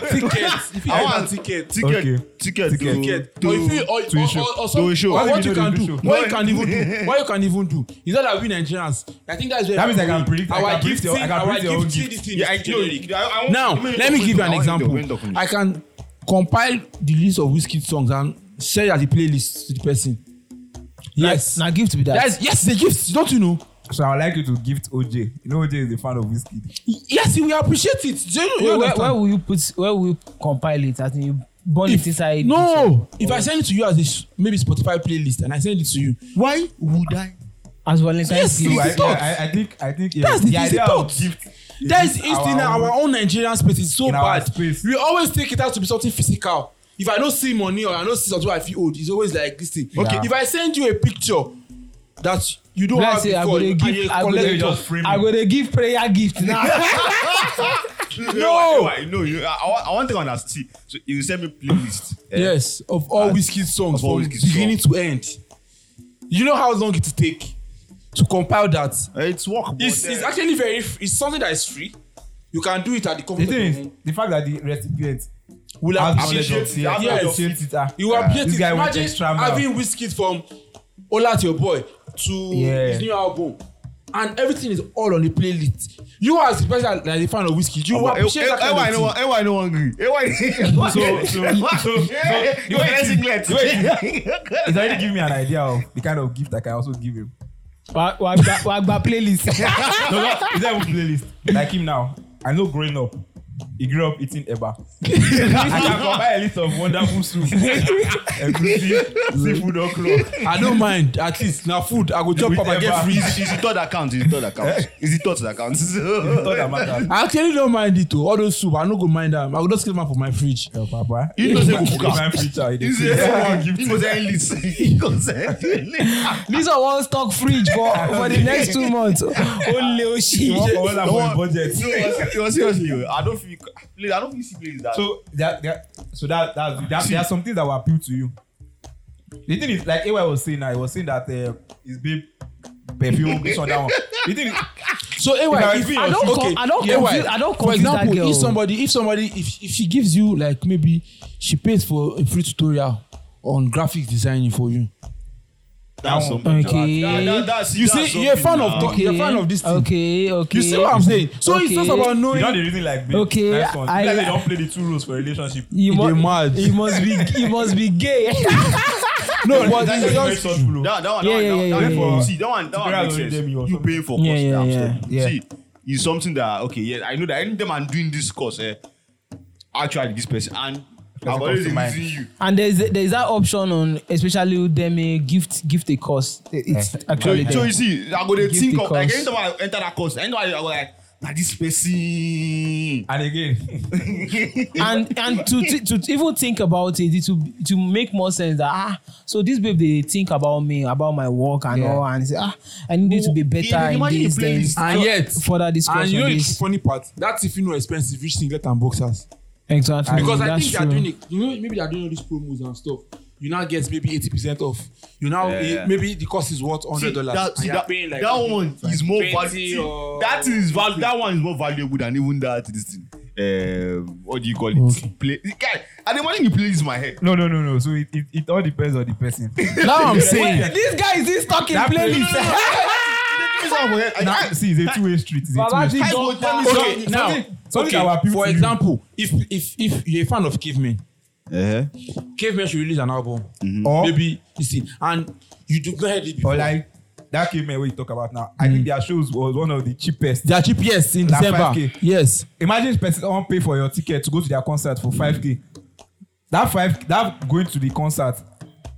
Speaker 2: no tickets if you
Speaker 4: I
Speaker 2: have
Speaker 4: want ticket. Ticket.
Speaker 3: Okay.
Speaker 4: Ticket.
Speaker 3: Ticket.
Speaker 4: To,
Speaker 2: ticket
Speaker 4: To,
Speaker 2: or if you oh, or,
Speaker 4: to
Speaker 2: or,
Speaker 4: issue.
Speaker 2: or, or,
Speaker 4: To
Speaker 2: some,
Speaker 4: issue.
Speaker 2: or
Speaker 4: Why
Speaker 2: what
Speaker 4: do
Speaker 2: you
Speaker 4: you
Speaker 2: can
Speaker 4: do
Speaker 2: do
Speaker 4: show?
Speaker 2: what you can even do what you can even do is not that we nigerians i think that's where
Speaker 3: That means I can predict- I
Speaker 2: our
Speaker 3: can predict your- I
Speaker 2: gifting-
Speaker 3: can
Speaker 2: our
Speaker 3: predict your own
Speaker 2: gifting
Speaker 3: gift.
Speaker 2: this thing
Speaker 4: Yeah, I
Speaker 2: is generic.
Speaker 4: know. I, I want,
Speaker 2: now let me give you an example i can compile the list of whiskey songs and share it as a playlist to the person yes
Speaker 1: Now give to be that.
Speaker 2: that's yes the gift don't you know
Speaker 3: So I would like you to gift OJ. You know OJ is a fan of whiskey.
Speaker 2: yes he will appreciate it do you, you
Speaker 1: where, where,
Speaker 2: understand?
Speaker 1: where will you put? Where will you compile it? As in you burn
Speaker 2: if,
Speaker 1: it inside.
Speaker 2: no if i send it to you as a s- maybe spotify playlist and i send it to you
Speaker 4: Why would I?
Speaker 1: As Valentine's
Speaker 2: Yes,
Speaker 1: Day.
Speaker 2: It's
Speaker 3: So I,
Speaker 2: the thought.
Speaker 3: I, I think I think yeah,
Speaker 2: That's the-
Speaker 3: the
Speaker 2: it's the
Speaker 3: idea of
Speaker 2: thought.
Speaker 3: gift. is
Speaker 2: there is instinct in our own nigerian space is so
Speaker 3: In our
Speaker 2: bad
Speaker 3: space.
Speaker 2: we always take it out to be something physical if i no see money or i no see something i feel old it's always like this thing okay
Speaker 3: Yeah.
Speaker 2: if i send you a picture that you don't
Speaker 1: Like
Speaker 2: have
Speaker 1: say I go
Speaker 2: before
Speaker 1: dey
Speaker 2: and
Speaker 1: give.
Speaker 2: you
Speaker 1: I go
Speaker 2: collect
Speaker 1: dey
Speaker 2: it
Speaker 3: just
Speaker 2: off
Speaker 3: frame
Speaker 1: I
Speaker 3: you.
Speaker 1: go dey give prayer gift now.
Speaker 2: No!
Speaker 4: I know. You, I, I want- I want to understand. So you send me playlist. eh?
Speaker 2: Yes, of all Whiskey songs
Speaker 4: of all
Speaker 2: from
Speaker 4: Wizkid's song.
Speaker 2: beginning to end. You know how long it take to compile that?
Speaker 4: Eh, It's work. but
Speaker 2: It's, it's
Speaker 4: then-
Speaker 2: actually very. f- It's something that is free. You can do it at the
Speaker 5: the
Speaker 2: comfort
Speaker 5: thing
Speaker 2: of
Speaker 5: is the fact that the recipient
Speaker 2: Will
Speaker 5: has knowledge
Speaker 2: appreciate
Speaker 5: of
Speaker 2: it.
Speaker 5: it yeah,
Speaker 2: Yes.
Speaker 5: appreciate it ah
Speaker 2: You appreciate
Speaker 5: this
Speaker 2: it.
Speaker 5: guy went
Speaker 2: Imagine
Speaker 5: extra mile.
Speaker 2: having Whiskey from Ola to your boy to
Speaker 5: Yeah.
Speaker 2: his new album. And everything is all on the playlist. You as the person that is a fan of whiskey, you
Speaker 5: Oh,
Speaker 4: But, eh,
Speaker 2: appreciate
Speaker 4: eh,
Speaker 2: that
Speaker 4: eh, why
Speaker 2: kind
Speaker 4: no
Speaker 2: of
Speaker 4: one- eh, why no one agree? Eh, why-
Speaker 5: so so so
Speaker 4: Eh,
Speaker 5: the
Speaker 4: go
Speaker 5: way
Speaker 4: ahead,
Speaker 5: it-
Speaker 4: singlet.
Speaker 5: it's already give me an idea of the kind of gift I can also give him
Speaker 1: wa wa gba wa gba playlist.
Speaker 5: no no it's not even playlist like him now I know growing up he grew up eating eba I can compile a list of wonderful soup egusi seafood okro
Speaker 2: thing. I don't mind. At least now food, I go chop up and get
Speaker 5: Whatever.
Speaker 2: free.
Speaker 4: Is is the third account? Is the third account? Is the third that counts?
Speaker 5: all that matters
Speaker 2: I actually don't mind it though. All those soup, I no go mind them. I go just keep them for my fridge.
Speaker 5: your papa
Speaker 4: You know say
Speaker 5: If
Speaker 4: cook am.
Speaker 5: my preacher he dey
Speaker 4: Is
Speaker 5: say
Speaker 4: it someone give? You go send list. You go send list.
Speaker 1: this one wan stock fridge for for the next two months. o le o
Speaker 5: you
Speaker 1: ṣi.
Speaker 5: wan for wella for him budget.
Speaker 4: No, but- no, seriously, yo, I don't feel. please, I don't feel siblings that.
Speaker 5: so that, that so that that, that there are some things that will appeal to you the thing is like ay was saying now he was saying that uh, his babe perfume this one that one the thing is
Speaker 2: So AY, if,
Speaker 5: If I
Speaker 2: I don't,
Speaker 1: confuse-
Speaker 2: okay,
Speaker 1: I don't
Speaker 2: AY,
Speaker 1: confuse- I don't
Speaker 2: For
Speaker 1: confuse that
Speaker 2: example,
Speaker 1: girl.
Speaker 2: if somebody, if somebody, if, if she gives you like maybe she pays for a free tutorial on graphic designing for you,
Speaker 4: that's
Speaker 5: that one.
Speaker 4: something.
Speaker 1: Okay.
Speaker 4: That, that, that's,
Speaker 2: you
Speaker 4: that's
Speaker 2: see, you're a fan
Speaker 4: something
Speaker 2: of
Speaker 4: now.
Speaker 2: you're a fan of this thing.
Speaker 1: okay okay.
Speaker 2: You see what I'm saying? So it's just about
Speaker 5: you
Speaker 2: knowing.
Speaker 5: know the reason like babe
Speaker 1: Okay,
Speaker 5: nice one I,
Speaker 1: I-
Speaker 5: like they don play the two roles for relationship
Speaker 1: you
Speaker 2: They
Speaker 1: must
Speaker 2: mad.
Speaker 1: you must be you must be gay.
Speaker 2: no, but
Speaker 5: that's
Speaker 2: it's
Speaker 5: very
Speaker 2: just
Speaker 5: short flow
Speaker 4: That, that one,
Speaker 1: Yeah,
Speaker 4: that,
Speaker 1: yeah,
Speaker 4: one,
Speaker 1: yeah,
Speaker 4: that,
Speaker 1: yeah,
Speaker 4: one,
Speaker 1: yeah.
Speaker 4: See, that one, that one
Speaker 5: Tutorial
Speaker 4: makes
Speaker 5: will
Speaker 4: sense.
Speaker 5: them your
Speaker 4: You paying for course.
Speaker 1: Yeah, yeah,
Speaker 4: damn
Speaker 1: yeah,
Speaker 4: stuff.
Speaker 1: yeah.
Speaker 4: See, it's something that okay. Yeah, I know that anytime I'm doing this course, eh, actually this person and I've
Speaker 5: comes
Speaker 4: always
Speaker 5: to mind.
Speaker 4: using you.
Speaker 1: and there's there's that option on especially with them uh, gift gift a course. It's
Speaker 2: Eh.
Speaker 4: So,
Speaker 1: actually
Speaker 4: so
Speaker 1: there.
Speaker 4: you see, I go to
Speaker 1: Give
Speaker 4: think
Speaker 1: the
Speaker 4: of like
Speaker 1: course.
Speaker 4: anytime I enter that course, anytime I go like, nah, this person.
Speaker 5: and again
Speaker 1: and and to thi- to even think about it it will to make more sense that ah so this babe dey think about me about my work and yeah.
Speaker 5: Yeah.
Speaker 1: all and say ah i need you to be better
Speaker 4: Yeah,
Speaker 1: in
Speaker 4: imagine
Speaker 1: this
Speaker 4: the
Speaker 1: then
Speaker 4: playlist.
Speaker 2: and yet
Speaker 1: further discuss
Speaker 2: And you know
Speaker 1: on
Speaker 2: the
Speaker 1: this
Speaker 2: funny part? That's if you know expensive rich singlet and boxers.
Speaker 1: exactly
Speaker 2: because I
Speaker 1: that's
Speaker 2: think they're
Speaker 1: true
Speaker 2: doing it. You know, maybe they're doing all these promos and stuff. You now get maybe eighty percent off. You now
Speaker 4: Yeah.
Speaker 2: eh, maybe the cost is worth hundred dollars.
Speaker 4: That, see, that, that one is more valuable. That is val- that one is more valuable than even that this thing. Um, what do you call it? Play. Guy, I the money you play is my head.
Speaker 5: no no no no so it, it, it all depends on the person
Speaker 2: Now I'm
Speaker 1: Wait, this guy is this talking
Speaker 5: That
Speaker 1: playlist
Speaker 5: now see it's a two way street it's a two way
Speaker 1: baba ti
Speaker 5: street
Speaker 1: go
Speaker 4: will tell
Speaker 1: pa
Speaker 4: me
Speaker 2: Okay,
Speaker 5: something-
Speaker 2: now,
Speaker 5: something- something that will
Speaker 2: okay,
Speaker 5: appeal
Speaker 2: for
Speaker 5: to you.
Speaker 2: example, if if if you're a fan of Cavemen,
Speaker 4: Uh-huh.
Speaker 2: Cavemen should release an album.
Speaker 5: or
Speaker 2: Maybe you see, and you do not heard it before.
Speaker 5: or like that caveman wey you talk about now I think their shows was one of the cheapest
Speaker 2: their GPS in
Speaker 5: Like
Speaker 2: December.
Speaker 5: 5K.
Speaker 2: Yes.
Speaker 5: imagine person don pay for your ticket to go to their concert for five k that five that going to the concert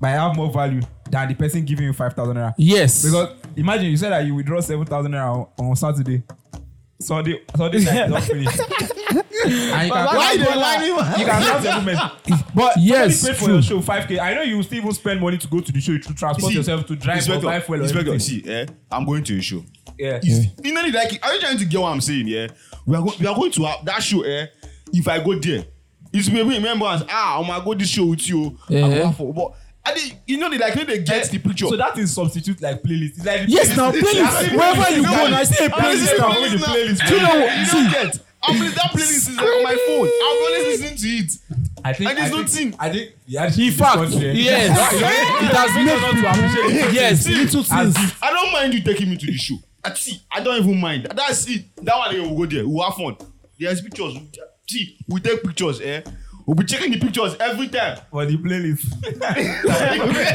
Speaker 5: might have more value than the person giving you five thousand naira
Speaker 2: Yes.
Speaker 5: because imagine you say that you withdraw seven thousand naira on- on saturday sunday sunday night don finish and you
Speaker 1: Baba,
Speaker 5: can
Speaker 1: why
Speaker 5: you
Speaker 1: you
Speaker 5: can you can count settlement but
Speaker 2: Yes,
Speaker 5: somebody pay for
Speaker 2: true.
Speaker 5: your show five k i know you still even spend money to go to the show you to transport
Speaker 4: See,
Speaker 5: yourself to drive or buy
Speaker 4: Inspector,
Speaker 5: fuel or
Speaker 4: inspector,
Speaker 5: anything
Speaker 4: see, eh, I'm going to a show.
Speaker 5: yeah
Speaker 4: Is, You know, like, are you trying to get what I'm saying? Yeah, we are, go- we are going to have that show. Eh, if I go there, it's maybe remembrance. Ah, I'm gonna go this show with you. Yeah.
Speaker 2: Eh.
Speaker 4: but I think you know, they like when they get the picture.
Speaker 5: Eh, so that is substitute like playlist it's like the
Speaker 2: Yes, now
Speaker 4: That's
Speaker 2: playlist.
Speaker 4: it.
Speaker 2: Wherever you go,
Speaker 4: Exactly.
Speaker 2: I say a
Speaker 4: I'm
Speaker 2: playlist
Speaker 4: listening
Speaker 2: now.
Speaker 4: to
Speaker 5: with the playlist.
Speaker 4: Do you know
Speaker 2: You
Speaker 4: what? See, get. I'm playing that playlist is like on my phone. I'm always listening to it.
Speaker 5: I think
Speaker 4: And there's
Speaker 5: I
Speaker 4: no
Speaker 5: think,
Speaker 4: team.
Speaker 5: I think yeah,
Speaker 2: In fact, yes, it has made people- yes little
Speaker 5: As
Speaker 2: things.
Speaker 4: I don't mind you taking me to the show. I see. I don't even mind. That's it. That one day we'll go there. We'll have fun. There's pictures. See, we take pictures. Eh, we'll be checking the pictures every time.
Speaker 5: for the playlist.
Speaker 4: but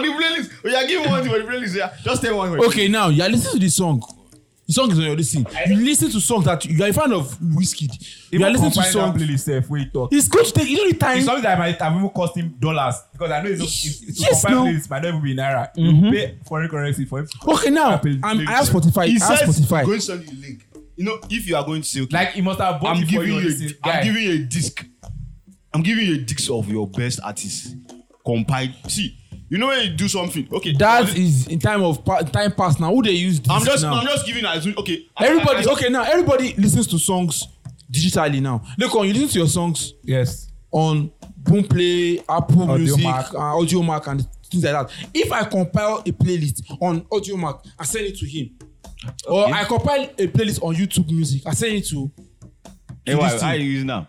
Speaker 4: the playlist, we are giving one thing, but the playlist, yeah, just take one.
Speaker 2: Okay, now you are listening to the song. The song is on your listen. You listen to songs that you are a fan of Whiskey. You are listening to songs.
Speaker 5: playlist sef wey you talk.
Speaker 2: It's good to take. You know the time.
Speaker 5: It's something that might have even cost him dollars because I know it's not.
Speaker 2: Yes,
Speaker 5: It's yes, compile
Speaker 2: no.
Speaker 5: playlist might not even be naira. Mm-hmm. You pay foreign currency for it.
Speaker 2: Okay, now
Speaker 5: Apple
Speaker 2: I'm,
Speaker 5: Music.
Speaker 2: I have Spotify.
Speaker 4: he
Speaker 2: I have
Speaker 4: says he's
Speaker 2: Spotify.
Speaker 4: going to send you a link. You know, if you are going to say, okay,
Speaker 5: Like he must have bought
Speaker 4: I'm
Speaker 5: it for
Speaker 4: giving
Speaker 5: you.
Speaker 4: you,
Speaker 5: listen,
Speaker 4: a,
Speaker 5: guy.
Speaker 4: I'm giving you a disc. I'm giving you a disc of your best artists compiled. See, you know when you do something, okay,
Speaker 2: that is in time of pa- time past now. Who they use this
Speaker 4: I'm just,
Speaker 2: now?
Speaker 4: I'm just giving. as- Okay, I-
Speaker 2: everybody.
Speaker 4: I- I-
Speaker 2: okay, now everybody listens to songs digitally now. Look on you listen to your songs
Speaker 5: Yes.
Speaker 2: on Boomplay, Apple
Speaker 5: Audio
Speaker 2: Music,
Speaker 5: Mac.
Speaker 2: uh, Audio Mac, and things like that. If I compile a playlist on Audio Mac, I send it to him. Or I compile a playlist on YouTube Music, I send it to.
Speaker 4: Hey, why? How you using now?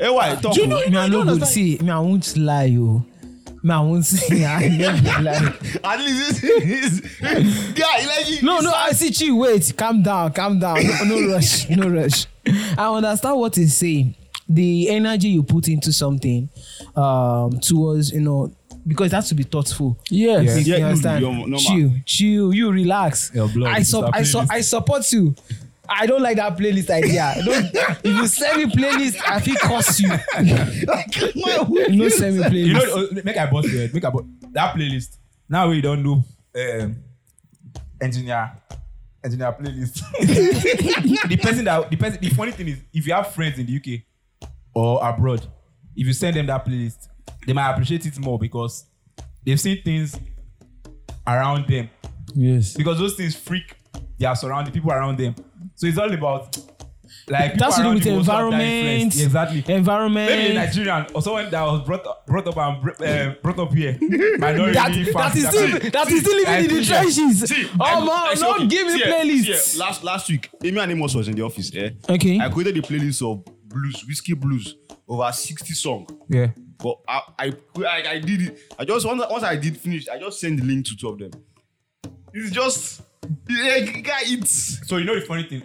Speaker 4: Hey, why? Talk.
Speaker 2: Do you know?
Speaker 4: oh.
Speaker 2: You
Speaker 1: me
Speaker 2: know,
Speaker 1: i
Speaker 2: you
Speaker 1: no
Speaker 2: don't
Speaker 1: go
Speaker 2: understand.
Speaker 1: see me i won't lie you me i won't see i never lie
Speaker 4: At least this is guy like he,
Speaker 1: no no i see chill wait calm down calm down no, no rush no rush i understand what he's saying the energy you put into something um towards you know because it has to be thoughtful
Speaker 2: Yes.
Speaker 1: You-
Speaker 4: Yeah,
Speaker 1: you
Speaker 4: no,
Speaker 1: understand
Speaker 4: you're normal.
Speaker 1: chill chill you relax
Speaker 5: Your blood
Speaker 1: i
Speaker 5: is
Speaker 1: sup
Speaker 5: our
Speaker 1: i su
Speaker 5: playlist.
Speaker 1: i support you i don't like that playlist idea don't if you send me playlist i fit curse you no send me playlist
Speaker 5: You know, oh, make I bust your head. Make I bust that playlist. Now we don't do um, engineer, engineer playlist. the person that the person. The funny thing is, if you have friends in the UK or abroad, if you send them that playlist, they might appreciate it more because they've seen things around them.
Speaker 2: Yes.
Speaker 5: Because those things freak their surrounding people around them. So it's all about like
Speaker 1: it has to
Speaker 5: people
Speaker 1: do
Speaker 5: around
Speaker 1: with
Speaker 5: you also have that
Speaker 1: environment
Speaker 5: influence. Exactly.
Speaker 1: environment
Speaker 5: maybe a Nigerian or someone that was brought up, brought up and br- uh, brought up here. Minority
Speaker 1: that, that
Speaker 5: family,
Speaker 1: is still that is still
Speaker 5: I
Speaker 1: living in the
Speaker 5: told you.
Speaker 1: trenches.
Speaker 4: I-
Speaker 1: Oh
Speaker 4: I
Speaker 1: man,
Speaker 4: saw
Speaker 1: don't
Speaker 4: it.
Speaker 1: give me
Speaker 4: See, eh, see, eh,
Speaker 1: playlists.
Speaker 4: Last last week, Amy and Amos was in the office. Eh?
Speaker 1: Okay.
Speaker 4: I created a playlist of blues, whiskey blues, over sixty songs.
Speaker 5: Yeah.
Speaker 4: But I, I, I, I did it. I just once, once I did finish, I just sent the link to two of them. It's just, yeah, guy, it's
Speaker 5: So you know the funny thing,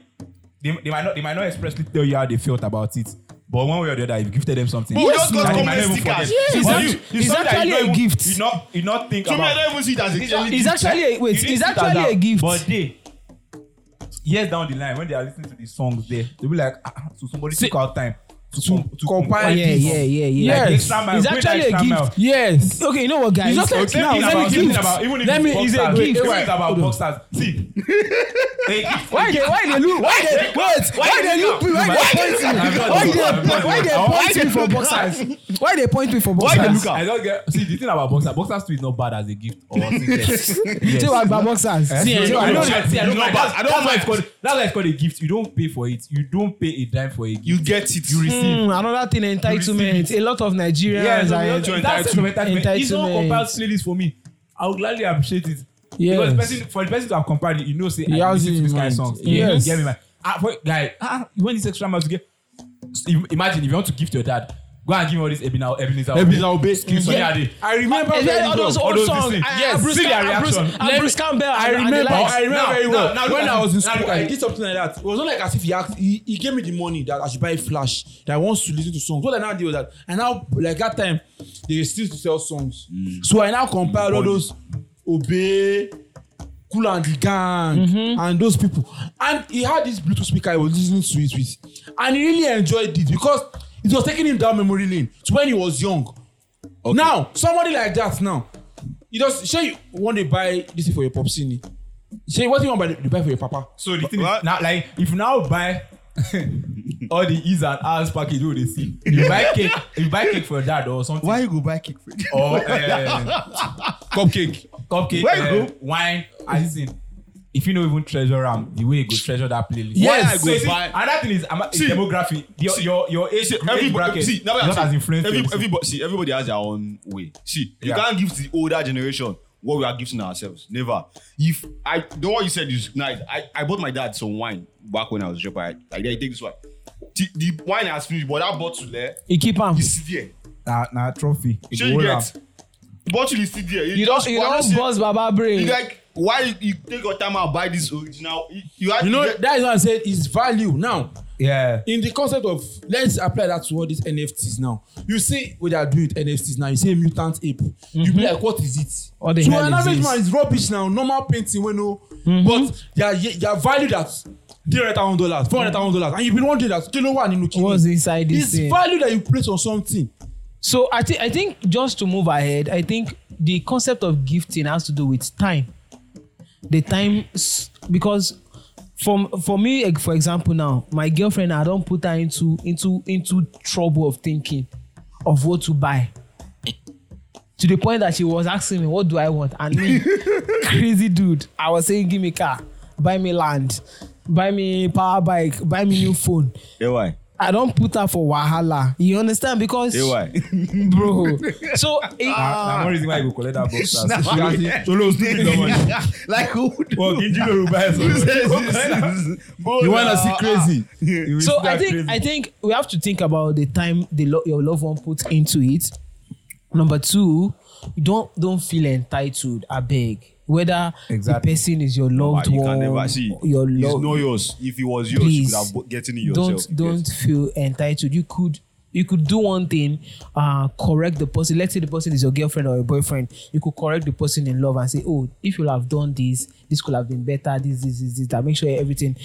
Speaker 5: they, they might not they might not expressly tell you how they felt about it, but one way or the other, you've gifted them something.
Speaker 4: But we just got
Speaker 5: And they might
Speaker 4: complex
Speaker 5: not even
Speaker 4: stickers.
Speaker 5: forget.
Speaker 4: Yes.
Speaker 5: It's
Speaker 1: It's act-
Speaker 5: you- it's
Speaker 1: it's
Speaker 5: something that
Speaker 1: actually
Speaker 5: you don't
Speaker 1: a
Speaker 5: even-
Speaker 1: gift.
Speaker 5: You not you not think
Speaker 4: to me. I
Speaker 5: about.
Speaker 4: don't even see it as a jelly.
Speaker 1: It's actually a,
Speaker 5: You
Speaker 1: wait. It's
Speaker 5: didn't sit down
Speaker 1: actually
Speaker 5: down,
Speaker 1: a gift.
Speaker 5: But they years down the line when they are listening to these songs, there they'll be like, ah, ah, so somebody
Speaker 2: See-
Speaker 5: took out time to
Speaker 2: To
Speaker 5: com- to
Speaker 2: compile
Speaker 1: Oh, yeah,
Speaker 5: compile
Speaker 1: yeah,
Speaker 5: this.
Speaker 1: yeah, yeah,
Speaker 2: Yes.
Speaker 5: Like extra mile,
Speaker 1: It's
Speaker 5: going
Speaker 1: actually a
Speaker 5: extra
Speaker 1: gift.
Speaker 5: mile.
Speaker 2: Yes.
Speaker 1: Okay, you know what, guys?
Speaker 2: It's okay.
Speaker 1: Now,
Speaker 2: Now, let me
Speaker 5: It's about something
Speaker 2: gift.
Speaker 5: about even if
Speaker 2: Let
Speaker 5: it's
Speaker 2: me- it's a
Speaker 5: boxers,
Speaker 2: gift.
Speaker 5: even if
Speaker 2: Wait,
Speaker 5: it's about
Speaker 2: hold on.
Speaker 5: boxers. See, Hey,
Speaker 1: why they why they look why they wait why they look me why they point me why they why they point me for boxers why they point me for
Speaker 4: Why they
Speaker 1: boxers
Speaker 4: look
Speaker 5: I
Speaker 4: at?
Speaker 5: don't get. See, the thing about boxers, boxers too is not bad as a gift or something. yes.
Speaker 1: say what about boxers
Speaker 5: See,
Speaker 1: Say what
Speaker 5: I don't
Speaker 1: about-
Speaker 5: see, I don't
Speaker 4: No,
Speaker 5: mind.
Speaker 4: but
Speaker 5: That's-
Speaker 4: I don't
Speaker 5: that's why
Speaker 4: mind.
Speaker 5: it's called- That's why it's called a gift. You don't pay for it. You don't pay a dime for a gift.
Speaker 4: You get it. Mm. You
Speaker 1: Hmm, another thing entitlement a lot of
Speaker 5: Yeah,
Speaker 1: Nigerians
Speaker 5: so
Speaker 1: are
Speaker 5: that's entitlement. entitlement. If someone
Speaker 1: entitlement.
Speaker 5: compiles playlist for me, I would gladly appreciate it.
Speaker 2: Yes.
Speaker 5: Because the person, for the person to have compiled it, you know, say,
Speaker 2: He
Speaker 5: I
Speaker 2: has
Speaker 5: listen
Speaker 2: it
Speaker 5: to
Speaker 2: in
Speaker 5: this kind of
Speaker 2: mind.
Speaker 5: songs.
Speaker 2: Yes.
Speaker 5: Yeah, yeah, man. Ah, but guy, ah, you want this extra mile to get. So, im- Imagine if you want to gift your dad, go and give him all this Ebina, Ebenezer.
Speaker 2: Ebenezer
Speaker 5: Obey.
Speaker 2: Obey.
Speaker 5: Skill Sunny Ade.
Speaker 2: I remember
Speaker 1: Ah, And then
Speaker 2: very
Speaker 1: all those
Speaker 2: well.
Speaker 1: old
Speaker 5: those
Speaker 1: songs.
Speaker 5: things.
Speaker 1: I- I
Speaker 5: Yes,
Speaker 1: Bruce
Speaker 5: see their
Speaker 1: Cam- I Bruce-
Speaker 5: reaction.
Speaker 1: I Bruce Campbell.
Speaker 2: I
Speaker 1: and- and the
Speaker 2: remember.
Speaker 1: likes.
Speaker 2: I remember
Speaker 5: Now,
Speaker 2: very well.
Speaker 5: now, now
Speaker 2: when
Speaker 5: look at
Speaker 2: I was in
Speaker 5: it. Now
Speaker 2: school,
Speaker 5: look at
Speaker 2: I
Speaker 5: it.
Speaker 2: did something like that. It was not like as if he asked. He, he gave me the money that I should buy a flash. That I wants to listen to songs. What I now did was that. And now, like that time, they used to sell songs.
Speaker 5: Mm.
Speaker 2: So I now compiled all those Obey, Cool and the Gang,
Speaker 5: Mm-hmm.
Speaker 2: and those people. And he had this Bluetooth speaker. I was listening to it with, and he really enjoyed it because it was taking him down memory lane to when he was young. Now, somebody like that now, you just say you want to buy this thing for your popsi ni. Say what do you want buy, you buy for your papa?
Speaker 5: So the thing is,
Speaker 4: What?
Speaker 5: now, like, if you now buy all the is and as package, you they see. You buy cake, you buy cake for your dad or something.
Speaker 3: you go buy kick for
Speaker 5: Or uh,
Speaker 2: Cupcake.
Speaker 5: cupcake,
Speaker 4: Where you
Speaker 5: uh, wine, and listen. If you don't even treasure am, the way you go treasure that playlist.
Speaker 2: Yes. I
Speaker 5: so
Speaker 2: go
Speaker 5: you see,
Speaker 2: buy-
Speaker 5: another thing is, ama- is
Speaker 4: See.
Speaker 5: demography. Your, your your age,
Speaker 4: See,
Speaker 5: age
Speaker 4: everybody,
Speaker 5: bracket.
Speaker 4: see, now
Speaker 5: not as
Speaker 4: I'm saying,
Speaker 5: influenced.
Speaker 4: every, everybody, see, everybody has their own way. See, you
Speaker 5: Yeah.
Speaker 4: can't give the older generation what we are gifting ourselves. Never. If I the one you said is nice. I, I bought my dad some wine back when I was Japan. I, I take this one. The, the wine has finished, but that bottle there
Speaker 1: You keep am.
Speaker 4: is still there.
Speaker 5: nah, nah, trophy. You
Speaker 4: Shey
Speaker 5: go
Speaker 4: you
Speaker 5: roll am.
Speaker 4: get. The bottle is still there.
Speaker 1: You don't you don't buzz Baba
Speaker 4: You
Speaker 1: brain.
Speaker 4: like why you, you take your time and buy this original? You, you, have,
Speaker 2: You know
Speaker 4: get,
Speaker 2: that is what I said is value. Now,
Speaker 5: Yeah.
Speaker 2: in the concept of let's apply that to all these NFTs now. You see what they are doing with NFTs now. You say mutant ape. You be like, what is it?
Speaker 1: What Mm-hmm. the
Speaker 2: so
Speaker 1: hell
Speaker 2: an
Speaker 1: is
Speaker 2: average
Speaker 1: this? Mm-hmm.
Speaker 2: man is rubbish now. Normal painting, we know, but their their value that three hundred thousand dollars, four hundred thousand dollars, and you been wondering that kilo one in Ukini.
Speaker 1: What's inside this
Speaker 2: It's
Speaker 1: thing?
Speaker 2: value that you place on something.
Speaker 1: So I think I think just to move ahead, I think the concept of gifting has to do with time. The time s- because from for me, eh, for example, now my girlfriend, I don't put her into into into trouble of thinking of what to buy. To the point that she was asking me, "What do I want?" And me, crazy dude, I was saying, "Give me car, buy me land, buy me power bike, buy me new phone."
Speaker 4: yeah, why?
Speaker 1: I don't put her for wahala. You understand? Because
Speaker 3: AY.
Speaker 1: bro. So
Speaker 4: Ah,
Speaker 1: it,
Speaker 5: na one reason why you go collect that box as
Speaker 4: Nah.
Speaker 5: solo stupid no money
Speaker 4: like who?
Speaker 5: well kinjiro buy it
Speaker 4: Who says
Speaker 5: Oh, solo
Speaker 4: this?
Speaker 5: you wanna see crazy You will
Speaker 1: so
Speaker 5: see
Speaker 1: I
Speaker 5: that
Speaker 1: think
Speaker 5: crazy.
Speaker 1: I think we have to think about the time the lo- your loved one put into it. Number two, don't don't feel entitled. I beg whether
Speaker 5: Exactly.
Speaker 1: the person is your loved
Speaker 4: you
Speaker 1: one,
Speaker 4: can never see.
Speaker 1: your
Speaker 4: it's
Speaker 1: loved
Speaker 4: not yours. If it was yours, you
Speaker 1: please
Speaker 4: could have bo- getting it yourself.
Speaker 1: don't don't feel entitled you could you could do one thing uh correct the person let's say the person is your girlfriend or your boyfriend you could correct the person in love and say oh if you have done this this could have been better this this this, this that make sure everything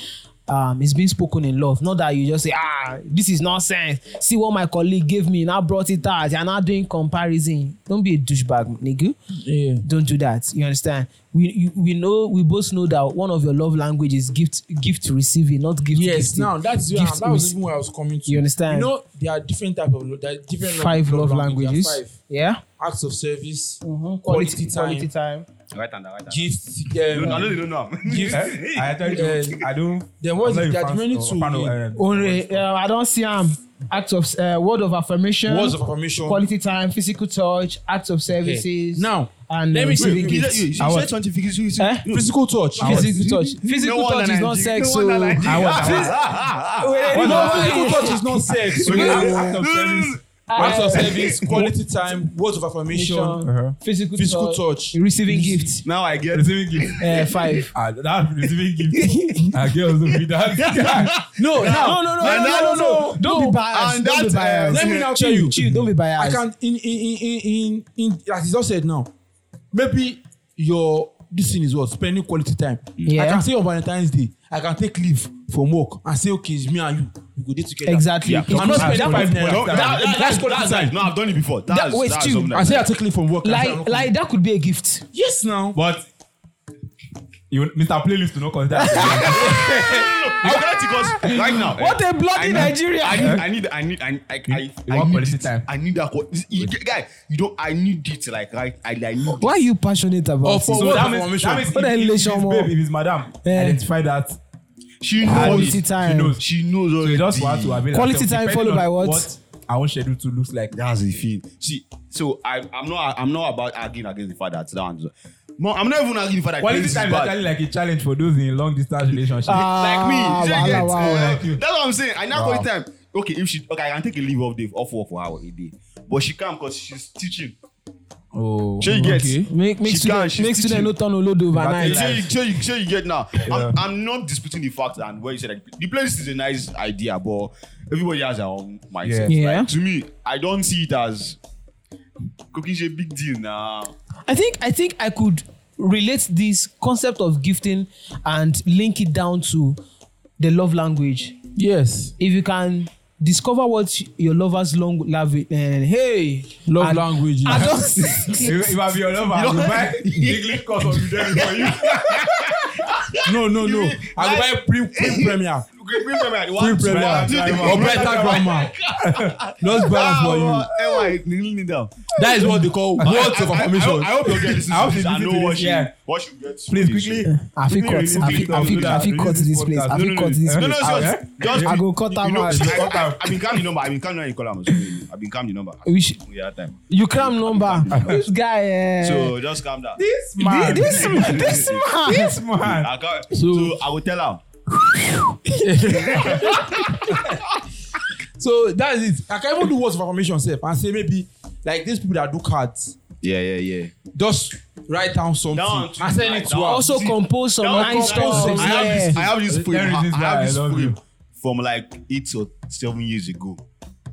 Speaker 1: um is being spoken in love not that you just say ah this is nonsense see what my colleague gave me and i brought it out and i'm doing comparison don't be a douchebag nigga
Speaker 2: Yeah.
Speaker 1: don't do that you understand we you, we know we both know that one of your love language is gift gift receiving not gift
Speaker 2: Yes,
Speaker 1: gifting.
Speaker 2: now that's where
Speaker 1: Gift
Speaker 2: that was
Speaker 1: rece-
Speaker 2: even where I was coming to.
Speaker 1: You understand?
Speaker 2: You know, there are different type of lo- there are different lo-
Speaker 1: five love, languages
Speaker 2: There are Five
Speaker 1: yeah
Speaker 2: acts of service,
Speaker 1: Mhm.
Speaker 2: quality, time,
Speaker 1: quality time
Speaker 4: Right hand, right hand.
Speaker 2: gifts.
Speaker 4: No,
Speaker 2: Um,
Speaker 4: no, no, no, no.
Speaker 2: gifts.
Speaker 5: Eh? I actually don't. I don't.
Speaker 2: Then what
Speaker 5: I'm
Speaker 2: is it?
Speaker 5: not a
Speaker 2: There are
Speaker 5: fan
Speaker 2: many
Speaker 5: of-
Speaker 2: to
Speaker 5: fan of,
Speaker 2: win.
Speaker 5: um,
Speaker 1: only uh, i don see am act of uh, word of affirmation
Speaker 2: Words of affirmation.
Speaker 1: quality time physical touch act of
Speaker 2: Okay.
Speaker 1: services
Speaker 2: Now,
Speaker 1: and
Speaker 2: let
Speaker 1: uh,
Speaker 2: me see.
Speaker 1: receiving
Speaker 2: Wait,
Speaker 1: gifts
Speaker 4: You
Speaker 5: I was-
Speaker 4: said something because you said.
Speaker 1: Eh?
Speaker 2: physical touch.
Speaker 5: Ah,
Speaker 1: physical touch physical
Speaker 4: wonder
Speaker 1: touch is not
Speaker 4: Nigeria-
Speaker 1: sex
Speaker 4: no
Speaker 1: so
Speaker 4: wonder Nigeria-
Speaker 5: I was- ah,
Speaker 2: Ah,
Speaker 1: Wait,
Speaker 2: No,
Speaker 1: no,
Speaker 2: physical touch is not sex. So yeah, act of service, acts of
Speaker 1: Uh,
Speaker 2: service, quality time, words of affirmation,
Speaker 5: Uh-huh.
Speaker 1: physical,
Speaker 2: physical touch.
Speaker 1: receiving gifts
Speaker 4: Now I get it.
Speaker 5: Receiving gift.
Speaker 1: uh, five
Speaker 5: Ah, that receiving gift. I get also be that.
Speaker 2: No, now,
Speaker 1: no,
Speaker 4: no, no,
Speaker 1: no. Don't be biased.
Speaker 4: and
Speaker 1: Don't be
Speaker 4: that, uh,
Speaker 1: biased.
Speaker 2: let me now
Speaker 1: Chill,
Speaker 2: tell you.
Speaker 1: Chill, don't be
Speaker 2: I
Speaker 1: biased.
Speaker 2: can in in in in in, in as he just said now. Maybe your this thing is what spending quality time. I
Speaker 1: Yeah.
Speaker 2: can say on Valentine's Day, I can take leave from work and say, okay, it's me and you, we go there together.
Speaker 1: Exactly.
Speaker 4: Yeah.
Speaker 1: It's
Speaker 2: I'm
Speaker 1: not
Speaker 2: not spending
Speaker 1: that-
Speaker 2: five naira.
Speaker 4: No, that, that,
Speaker 2: That's
Speaker 4: that's
Speaker 2: quality
Speaker 4: that's
Speaker 2: time.
Speaker 4: nice. No, I've done it before. That's
Speaker 1: That- wait,
Speaker 4: that's
Speaker 1: Stu,
Speaker 4: something
Speaker 2: I
Speaker 4: nice.
Speaker 2: say I take leave from work. and I say I no
Speaker 1: Like,
Speaker 2: come.
Speaker 1: like that could be a gift.
Speaker 2: yes now.
Speaker 5: But you, Mr. Playlist, do not consider. that.
Speaker 4: I collect it because right now.
Speaker 1: What a bloody
Speaker 4: I
Speaker 1: Nigeria!
Speaker 4: need, I need, I need, I need, I, I,
Speaker 5: You
Speaker 4: I
Speaker 5: want
Speaker 4: need
Speaker 5: quality
Speaker 4: it.
Speaker 5: time.
Speaker 4: I need that. Qual- you, guy, you don't. I need it. Like right, I, I need. it.
Speaker 1: Why are you passionate about
Speaker 2: Oh,
Speaker 1: it?
Speaker 2: for
Speaker 5: so
Speaker 2: what
Speaker 5: that means,
Speaker 2: information?
Speaker 5: that means if,
Speaker 1: What the hell,
Speaker 5: if, if, it's
Speaker 1: Leshamo?
Speaker 5: babe, if it's madam,
Speaker 1: Eh.
Speaker 5: identify that.
Speaker 4: She
Speaker 1: Quality
Speaker 4: knows. it.
Speaker 1: time.
Speaker 5: She knows.
Speaker 4: She knows
Speaker 5: So
Speaker 4: already.
Speaker 5: you just want to avail
Speaker 1: Quality
Speaker 5: yourself,
Speaker 1: time
Speaker 5: depending
Speaker 1: followed
Speaker 5: on
Speaker 1: by what?
Speaker 5: Our schedule to looks like.
Speaker 4: That's the thing. See, so I, I'm not. I'm not about arguing against the fact that that one's. Mo, I'm not even arguing for that.
Speaker 5: Quality
Speaker 4: this is
Speaker 5: time is
Speaker 4: bad.
Speaker 5: actually like a challenge for those in long distance relationships.
Speaker 4: like me.
Speaker 1: Ah,
Speaker 4: you get,
Speaker 1: wahala, wahala.
Speaker 4: uh, that's what I'm saying. I now quality time. Okay, if she okay, I can take a leave off day off work for hour a day, but she can't because she's teaching.
Speaker 5: oh,
Speaker 4: She gets.
Speaker 1: Make make
Speaker 4: She
Speaker 1: student
Speaker 4: can't,
Speaker 1: make
Speaker 4: she's
Speaker 1: student no turn olodo
Speaker 4: Hey,
Speaker 1: overnight.
Speaker 4: so you, so you, so you get now. I'm, I'm not disputing the fact and what you said. Like, the playlist is a nice idea, but everybody has their own mindset.
Speaker 1: Yeah. Yeah.
Speaker 4: Like, to me, I don't see it as cooking is a big deal now.
Speaker 1: I think I think I could relate this concept of gifting and link it down to the love language.
Speaker 2: Yes.
Speaker 1: If you can discover what your lover's long love, uh, hey,
Speaker 2: Love
Speaker 1: and-
Speaker 2: language.
Speaker 1: I don't.
Speaker 5: if, if I be your lover, you buy English course of Udemy for you.
Speaker 2: No, no, no. I go buy pre pre premiere.
Speaker 4: Okay, bring them out.
Speaker 2: Pre
Speaker 4: One, two,
Speaker 2: premiere.
Speaker 4: one, two, three,
Speaker 2: Or
Speaker 4: four.
Speaker 2: better grammar. Just buy am for you.
Speaker 4: Ah, well, eh, why, kneel me down.
Speaker 2: That is what they call words of
Speaker 4: I, I, I
Speaker 2: affirmation.
Speaker 4: hope you get this.
Speaker 5: I hope you
Speaker 4: I
Speaker 5: listen
Speaker 4: know
Speaker 5: to
Speaker 4: what
Speaker 5: this,
Speaker 4: she,
Speaker 5: yeah.
Speaker 4: what she gets.
Speaker 5: Please quickly.
Speaker 1: I feel cut. I feel I feel I feel cut this place. I feel cut this
Speaker 4: No,
Speaker 1: place.
Speaker 4: no,
Speaker 5: Ah,
Speaker 4: just,
Speaker 5: yeah?
Speaker 4: just
Speaker 1: I go cut
Speaker 4: you
Speaker 1: am
Speaker 4: know,
Speaker 1: out.
Speaker 4: I, I, I been calm the number. I been calm the number. I been calm the number.
Speaker 1: We should-
Speaker 4: We are time.
Speaker 1: You cram number. This guy. Uh,
Speaker 4: So just calm down.
Speaker 5: This man.
Speaker 1: this man. This man.
Speaker 5: This man.
Speaker 4: I can't, so,
Speaker 2: So-
Speaker 4: I will tell her.
Speaker 2: So that's it. I can even do words of affirmation self and say maybe like these people that do cards,
Speaker 4: Yeah, yeah, yeah.
Speaker 2: just write down something
Speaker 4: Down to
Speaker 2: and send
Speaker 4: write
Speaker 2: it to
Speaker 4: down.
Speaker 2: her.
Speaker 1: also
Speaker 4: See,
Speaker 1: compose some nice
Speaker 2: compose
Speaker 1: stuff.
Speaker 2: some-
Speaker 4: I have this, I
Speaker 1: Yeah.
Speaker 4: have this
Speaker 5: Let
Speaker 4: poem.
Speaker 5: me read
Speaker 4: I,
Speaker 5: this
Speaker 4: I have
Speaker 5: guy,
Speaker 4: this
Speaker 5: I love
Speaker 4: poem
Speaker 5: you.
Speaker 4: from like eight or seven years ago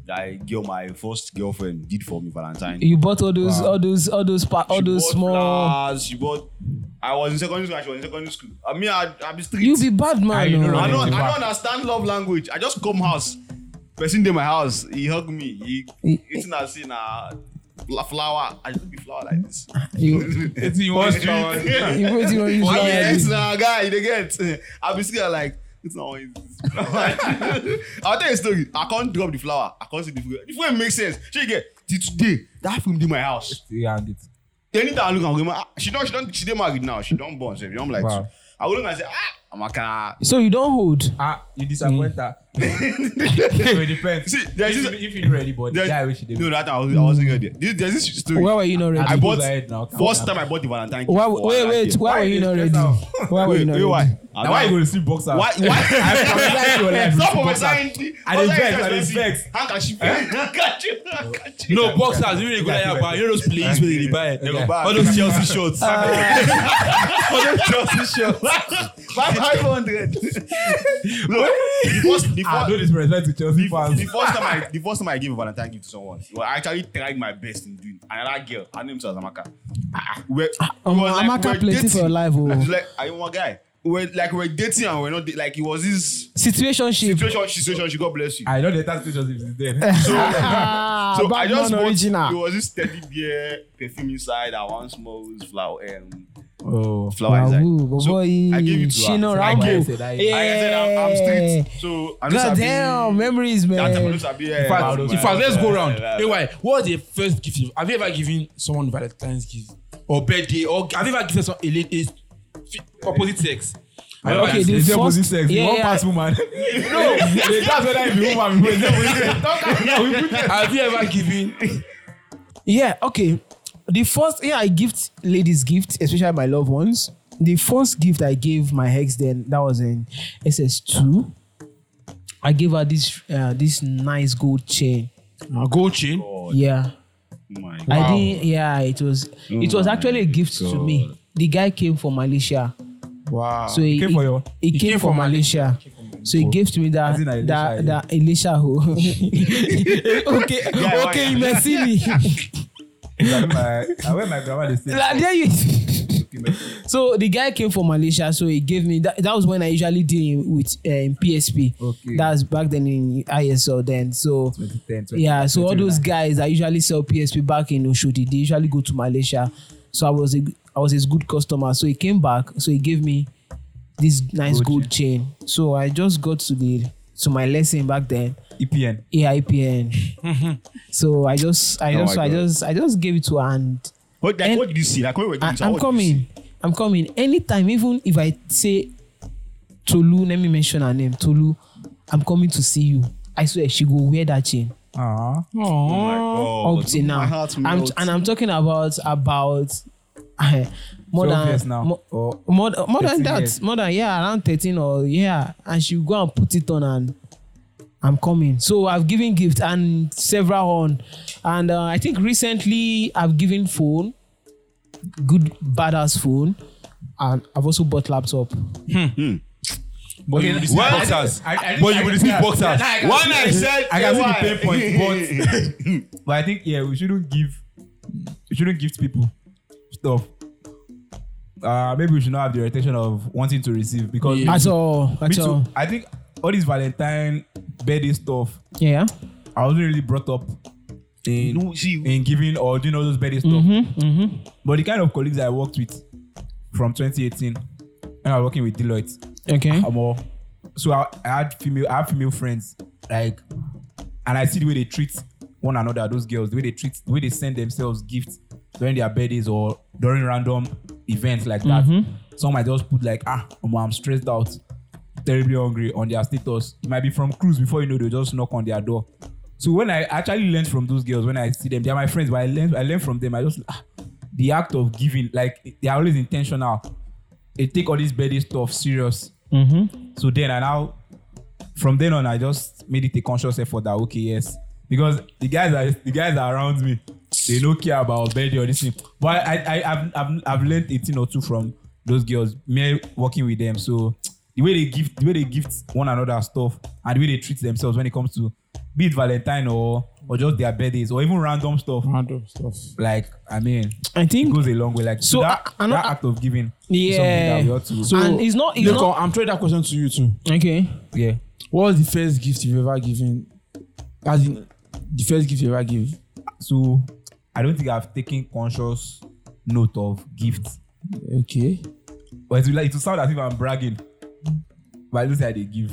Speaker 4: that I girl, my first girlfriend did for me Valentine.
Speaker 1: You bought all those, all those, all those, pa- all
Speaker 4: She
Speaker 1: those
Speaker 4: bought
Speaker 1: small.
Speaker 4: flowers, she bought. I was in secondary school. and She was in secondary school. I mean, I I be street.
Speaker 1: You be bad
Speaker 5: Ah,
Speaker 1: man.
Speaker 5: you
Speaker 1: oh.
Speaker 5: know
Speaker 4: I
Speaker 5: running
Speaker 4: don't.
Speaker 5: the
Speaker 4: I
Speaker 5: back.
Speaker 4: don't understand love language. I just come house. Person dey my house. He hug me. He
Speaker 1: He-
Speaker 4: eating and see na la- flower. I just be flower like this.
Speaker 1: You,
Speaker 5: It's in one street.
Speaker 1: you put it on your
Speaker 4: I
Speaker 1: flyer.
Speaker 4: yes, na guy, you dey get. I be scared like it's not easy. I'll tell you a story. I can't drop the flower. I can't see the flower. The flower make sense. She get till today. That film dey my house.
Speaker 5: Yeah, and it's
Speaker 4: Ah, anytime I look at Ogema, she don't, she don't, she dey married now. She don't born, so she don't like.
Speaker 5: Wow.
Speaker 4: Wow. I go look and say, ah, Amaka.
Speaker 1: so you don hold.
Speaker 5: ah you
Speaker 1: Mm.
Speaker 5: disappoint her so it depends
Speaker 4: See,
Speaker 5: if,
Speaker 4: there's
Speaker 5: you-
Speaker 4: this-
Speaker 5: if you ready but the
Speaker 4: There's-
Speaker 5: guy wey she dey
Speaker 4: No, that I, was, I wasn't gonna do it. This- There's this story.
Speaker 1: why were you not
Speaker 4: I
Speaker 1: ready.
Speaker 4: bought
Speaker 5: People's head now.
Speaker 4: first time I bought the Valentine.
Speaker 1: why
Speaker 4: gift for
Speaker 1: wait
Speaker 4: her that
Speaker 1: wait
Speaker 4: day.
Speaker 1: why were you not
Speaker 5: Why you
Speaker 1: ready.
Speaker 5: stress
Speaker 1: why were you
Speaker 4: Wait,
Speaker 1: not
Speaker 4: wait,
Speaker 1: ready.
Speaker 4: why?
Speaker 5: na why you go dey sleep boxer
Speaker 4: Why?
Speaker 5: i
Speaker 4: Why?
Speaker 5: prophesy your life
Speaker 4: Stop
Speaker 5: you sleep boxer
Speaker 4: prophesying. the-
Speaker 5: I dey
Speaker 4: boxer
Speaker 5: vex,
Speaker 4: is
Speaker 5: I dey
Speaker 4: expensive.
Speaker 5: vex. Eh?
Speaker 4: Handkerchief. Handkerchief. handkerchief.
Speaker 2: No, boxers, you really go like buy. You know those players where they buy.
Speaker 5: They go
Speaker 4: buy.
Speaker 2: All those Chelsea shorts.
Speaker 4: Five hundred. No, the first, the
Speaker 5: ah no
Speaker 4: first,
Speaker 5: disrespect to chelsea
Speaker 4: the
Speaker 5: fans
Speaker 4: first time I, the first time I gave a Valentine gift to someone, well, I actually tried my best in doing. Another girl, her name was Amaka. ah, We're,
Speaker 1: Um, Amaka plenty for your life, oh.
Speaker 4: I was like, are you one guy? We're like we're dating and we're not da- like it was this
Speaker 1: situationship.
Speaker 4: situation. Situation. She God bless you.
Speaker 5: i don dey tax chelsea if he's there
Speaker 1: ah
Speaker 4: so I
Speaker 1: batman
Speaker 4: just bought,
Speaker 1: original.
Speaker 4: There was this teddy bear perfume inside. I one smells flower. Um,
Speaker 5: oh
Speaker 4: flower inside.
Speaker 1: Wahoo,
Speaker 4: so I gave it to her.
Speaker 1: Shino
Speaker 4: So I
Speaker 1: Rambo.
Speaker 4: gave-
Speaker 5: Yeah.
Speaker 4: I said I'm, I'm straight. So I know
Speaker 1: God
Speaker 4: Sabi-
Speaker 1: damn, memories,
Speaker 4: That time I know
Speaker 1: man.
Speaker 4: Sabi,
Speaker 2: In
Speaker 4: eh,
Speaker 2: fact,
Speaker 4: man.
Speaker 2: in fact, let's go round.
Speaker 4: Yeah, yeah,
Speaker 2: Hey, why? What's the first gift? you- Have you ever given someone Valentine's gift or birthday or have you ever given some a, la- a, a opposite sex? Have you ever
Speaker 1: Okay,
Speaker 2: given-
Speaker 1: the
Speaker 5: Is there
Speaker 1: first-
Speaker 5: opposite sex?
Speaker 1: Yeah,
Speaker 5: Yeah, one
Speaker 1: yeah.
Speaker 5: yeah. pass woman. no, that's whether it be woman we go there.
Speaker 2: have you ever given?
Speaker 1: Yeah, okay. The first, yeah, I gift ladies gift, especially my loved ones. The first gift I gave my ex then, that was in SS2. I gave her this uh, this nice gold chain.
Speaker 2: A gold chain.
Speaker 1: Yeah.
Speaker 4: Oh My
Speaker 1: I didn't yeah, it was it was actually a gift to me. The guy came from Malaysia.
Speaker 2: Wow.
Speaker 1: So he,
Speaker 5: came for your-
Speaker 1: he, came, from Malaysia. So he gave to me that
Speaker 5: As in Elisha,
Speaker 1: that
Speaker 5: yeah.
Speaker 1: that Elisha ho. okay,
Speaker 4: why?
Speaker 1: okay, you may see me.
Speaker 5: I wear my grandma the same.
Speaker 1: like, there you. so the guy came from Malaysia, so he gave me that. That was when I usually deal in- with uh, in PSP.
Speaker 5: Okay.
Speaker 1: That's back then in ISO then. So
Speaker 5: 2010,
Speaker 1: yeah, so all those
Speaker 5: 2009.
Speaker 1: guys that usually sell PSP back in Oshodi, they usually go to Malaysia. So I was a I was his good customer. So he came back. So he gave me this nice
Speaker 5: Gold
Speaker 1: gold, chain. So I just got to the to my lesson back then.
Speaker 5: EPN.
Speaker 1: AIPN. so I just I
Speaker 4: Oh
Speaker 1: just
Speaker 4: my
Speaker 1: I
Speaker 4: God.
Speaker 1: just I just gave it to her and
Speaker 4: What, like,
Speaker 1: And-
Speaker 4: what did you see? Like when we were doing
Speaker 1: I,
Speaker 4: this,
Speaker 1: I'm
Speaker 4: what did you see?
Speaker 1: coming. I'm coming. Anytime, even if I say Tolu, let me mention her name. Tolu, I'm coming to see you. I swear she will wear that chain
Speaker 5: Ah.
Speaker 4: Oh my God.
Speaker 1: up till now.
Speaker 4: My heart
Speaker 1: I'm,
Speaker 4: melts.
Speaker 1: and I'm talking about about eh, more
Speaker 5: 12
Speaker 1: than
Speaker 5: years now.
Speaker 1: More,
Speaker 5: Or
Speaker 1: more, th- more than
Speaker 5: 13
Speaker 1: that,
Speaker 5: years.
Speaker 1: more than yeah, around 13 or yeah, and she go and put it on and I'm coming. So I've given gift and several on, and uh, I think recently I've given phone, good badass phone, and I've also bought laptop.
Speaker 2: But you receive
Speaker 5: well,
Speaker 2: boxers.
Speaker 5: I- I- I-
Speaker 2: But
Speaker 5: I-
Speaker 2: you
Speaker 5: I-
Speaker 2: receive
Speaker 5: yeah.
Speaker 2: boxers.
Speaker 5: Yeah, I can
Speaker 2: One
Speaker 5: see
Speaker 2: I
Speaker 5: it.
Speaker 2: said,
Speaker 5: I can
Speaker 2: why?
Speaker 5: see the pain point, but but I think yeah, we shouldn't give we shouldn't gift people stuff. Uh, maybe we should not have the retention of wanting to receive because
Speaker 2: Yeah.
Speaker 5: me
Speaker 1: At all, at
Speaker 5: too,
Speaker 1: all.
Speaker 5: I think all this Valentine birthday stuff
Speaker 1: Yeah.
Speaker 5: I wasn't really brought up in
Speaker 4: No, see,
Speaker 5: in giving or doing all those birthday stuff.
Speaker 1: Mm-hmm, mm-hmm.
Speaker 5: But the kind of colleagues I worked with from 2018 when I was working with Deloitte,
Speaker 1: Okay.
Speaker 5: I'm all so I, I had female I have female friends like and I see the way they treat one another, those girls, the way they treat the way they send themselves gifts during their birthdays or during random events like that. Some might just put like ah omo, I'm stressed out, terribly hungry on their status. It might be from cruise before you know they'll just knock on their door. So when I actually learned from those girls, when I see them, they are my friends, but I learned I learned from them. I just ah, the act of giving, like they are always intentional. They take all this birthday stuff serious.
Speaker 1: Mm-hmm.
Speaker 5: So then I now, from then on, I just made it a conscious effort that okay, yes, because the guys are the guys are around me, they don't care about birthday or this thing. But I, I I've, I've I've learned eighteen or two from those girls, me working with them. So the way they give, the way they gift one another stuff, and the way they treat themselves when it comes to be it Valentine or or just their birthdays or even random stuff.
Speaker 2: Random stuff.
Speaker 5: Like I mean,
Speaker 1: I
Speaker 5: it
Speaker 1: think
Speaker 5: goes a long way. Like
Speaker 1: So,
Speaker 5: so that,
Speaker 1: I- I know-
Speaker 5: that act of giving, is
Speaker 1: yeah.
Speaker 5: something that we ought to.
Speaker 1: So and it's not it's
Speaker 2: Look,
Speaker 1: not
Speaker 2: I'm throwing that question to you too.
Speaker 1: okay.
Speaker 5: yeah,
Speaker 2: What was the first gift you've ever given? As in, the first gift you ever give.
Speaker 5: So I don't think I've taken conscious note of gifts.
Speaker 2: Okay.
Speaker 5: But it will, like, it will sound as if I'm bragging. But I don't say I dey give.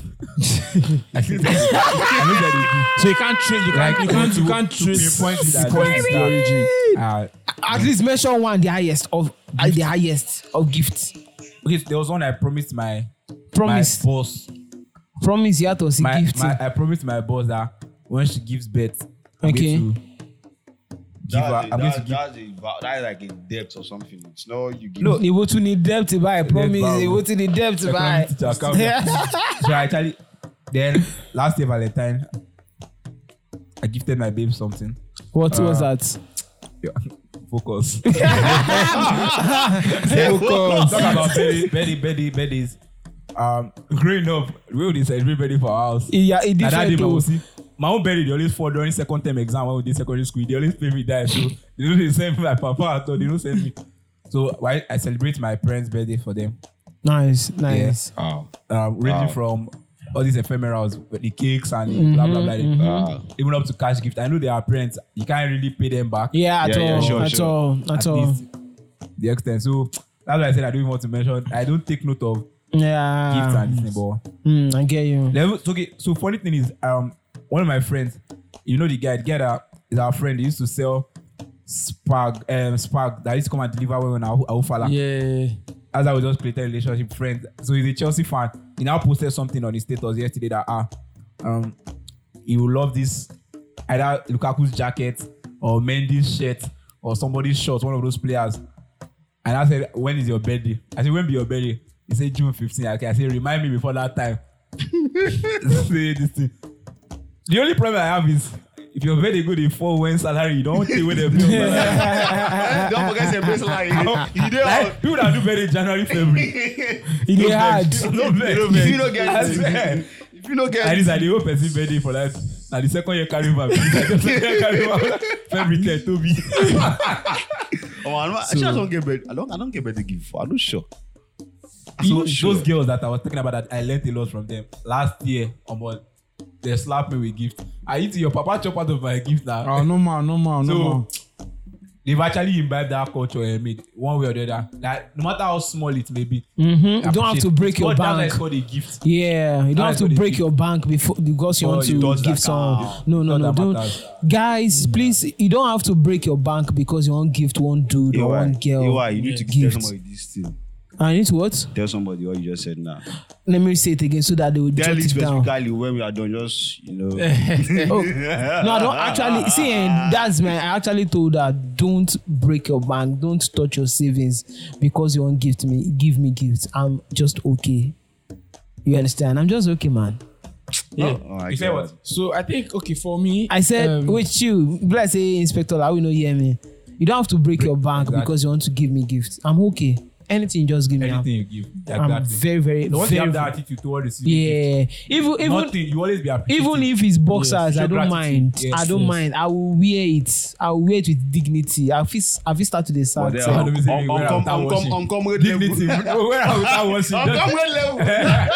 Speaker 5: I don't say I
Speaker 2: So you can't trace. You
Speaker 5: Like,
Speaker 2: can't. You can't. You can't
Speaker 5: dey give.
Speaker 2: trace.
Speaker 5: Pinpoint it at the origin.
Speaker 2: Oh.
Speaker 5: Ah,
Speaker 1: At least mention one the highest of uh, the highest of gifts.
Speaker 5: okay, so there was one I promised my
Speaker 1: promise
Speaker 5: my boss
Speaker 1: promise you have to see
Speaker 5: my,
Speaker 1: gift
Speaker 5: my I promised my boss that when she gives birth, I'm
Speaker 1: Okay.
Speaker 5: going to give her.
Speaker 4: That's,
Speaker 5: I'm
Speaker 4: a,
Speaker 5: going to
Speaker 4: that's,
Speaker 5: give.
Speaker 4: that's, a, va- that's like a debt or something. It's not you give.
Speaker 1: no iwo tún ni debt buy
Speaker 5: bow.
Speaker 1: promise iwo tún ni debt buy
Speaker 5: Economic teacher, calm down. so I actually then last year Valentine, I gifted my babe something.
Speaker 1: what was
Speaker 5: Uh,
Speaker 1: that
Speaker 5: Yeah. Focus. Focus. Talk about Betty, Betty, Betty, Betty's. Um, growing up, we would celebrate Betty for our house.
Speaker 1: iya e
Speaker 5: Na that day,
Speaker 1: different
Speaker 5: my
Speaker 1: o
Speaker 5: OC, my own birthday, they always fall during second term exam when we did secondary school. They always pay me that. So they don't dey send me my papa at all. They don't send me. So why I celebrate my parents' birthday for them.
Speaker 1: nice nice
Speaker 4: Wow.
Speaker 5: Um, ranging from all these ephemerals, the cakes and the blah blah blah.
Speaker 4: Wow.
Speaker 5: Even up to cash gift. I know they are parents. You can't really pay them back.
Speaker 1: yeah, at
Speaker 4: Yeah, yeah,
Speaker 1: all
Speaker 4: sure,
Speaker 1: at
Speaker 4: sure.
Speaker 1: all at
Speaker 5: At
Speaker 1: all
Speaker 5: least the extent. So that's why I said I don't even want to mention. I don't take note of gifts
Speaker 1: yeah
Speaker 5: and this thing, but
Speaker 1: mm, i get you
Speaker 5: Level, so, okay, so funny thing is, um, one of my friends, you know the guy, the guy that is our friend, he used to sell spark, um, spark that used to come and deliver when our Aufala.
Speaker 2: Yeah.
Speaker 5: As I was just creating relationship friends. So he's a Chelsea fan. He now posted something on his status yesterday that ah, um, he will love this either Lukaku's jacket or Mendy's shirt or somebody's shorts, one of those players. And I said, when is your birthday? I said, when be your birthday? He said, June 15th. Okay, I said, remind me before that time. say this thing. The only problem I have is if your birthday go dey fall when salary, you don't stay with them. like,
Speaker 4: Don't forget your baseline. You don't.
Speaker 5: like, people that do birthday January, February.
Speaker 1: e dey hard
Speaker 5: No vex.
Speaker 4: no vex. You no get
Speaker 5: I
Speaker 4: it.
Speaker 5: swear.
Speaker 4: If you don't get
Speaker 5: And this na the whole person birthday for life. Na the second year carry over. The second year carry over. February ten, Toby.
Speaker 4: Oh, I, don't, actually, I don't get better. I don't. I don't get better give. I'm not sure. I'm
Speaker 5: So
Speaker 4: not sure.
Speaker 5: those girls that I was talking about that I learned a lot from them last year. Omo, they slapped me with gift. I eat your papa chop out of my gift now.
Speaker 2: Ah, normal, normal, normal.
Speaker 5: So they've actually imbibed that culture eh, mate, one way or the other. Like no matter how small it may be.
Speaker 1: Mhm. You don't have to break your
Speaker 5: That's
Speaker 1: bank.
Speaker 5: called a gift.
Speaker 1: Yeah, you don't have
Speaker 5: That's
Speaker 1: to
Speaker 5: what they
Speaker 1: break
Speaker 5: give.
Speaker 1: your bank before because you
Speaker 5: Oh,
Speaker 1: want to
Speaker 5: you touch
Speaker 1: give
Speaker 5: that
Speaker 1: some.
Speaker 5: account.
Speaker 1: No, no,
Speaker 5: Not
Speaker 1: no,
Speaker 5: that
Speaker 1: don't,
Speaker 5: matters.
Speaker 1: guys. Please, you don't have to break your bank because you want gift one dude or one girl.
Speaker 4: Why you need to
Speaker 1: gift.
Speaker 4: tell somebody this too.
Speaker 1: I need to what?
Speaker 4: Tell somebody what you just said now.
Speaker 1: Let me say it again so that they will
Speaker 4: Tell
Speaker 1: jot
Speaker 4: it
Speaker 1: it down. Oh,
Speaker 4: specifically when we are done. Just you know. oh
Speaker 1: No, I don't actually see. eh, That's my. I actually told her don't break your bank, don't touch your savings because you want gift me. Give me gifts. I'm just okay. You understand? I'm just okay, man.
Speaker 2: Yeah.
Speaker 4: Oh my
Speaker 5: you said
Speaker 4: God.
Speaker 5: what?
Speaker 2: So I think okay for me.
Speaker 1: I said,
Speaker 2: um,
Speaker 1: wait, you, bless say Inspector, I will not hear me. You don't have to break your bank
Speaker 5: Exactly.
Speaker 1: because you want to give me gifts. I'm okay. Anything, just give me. I'm-
Speaker 5: Anything you give.
Speaker 1: I'm,
Speaker 5: Exactly.
Speaker 1: very, very,
Speaker 5: The once
Speaker 1: very
Speaker 5: you have that attitude towards receiving gift,
Speaker 1: yeah. Even, even,
Speaker 5: nothing, you always be appreciative.
Speaker 1: even if it's boxers,
Speaker 5: Yes.
Speaker 1: I
Speaker 5: Show
Speaker 1: don't
Speaker 5: gratitude.
Speaker 1: mind.
Speaker 5: Yes,
Speaker 1: I don't
Speaker 5: yes.
Speaker 1: mind. I will wear it. I will wear it with dignity. I feel, I feel start to the
Speaker 4: But
Speaker 1: sad.
Speaker 4: then,
Speaker 1: side.
Speaker 5: I don't
Speaker 4: um,
Speaker 5: say
Speaker 4: um,
Speaker 5: where I
Speaker 4: um,
Speaker 5: start
Speaker 4: um,
Speaker 5: washing.
Speaker 4: um, comrade
Speaker 5: dignity.
Speaker 4: level.
Speaker 5: Where are we that washing?
Speaker 4: Um,
Speaker 5: Just
Speaker 4: comrade level.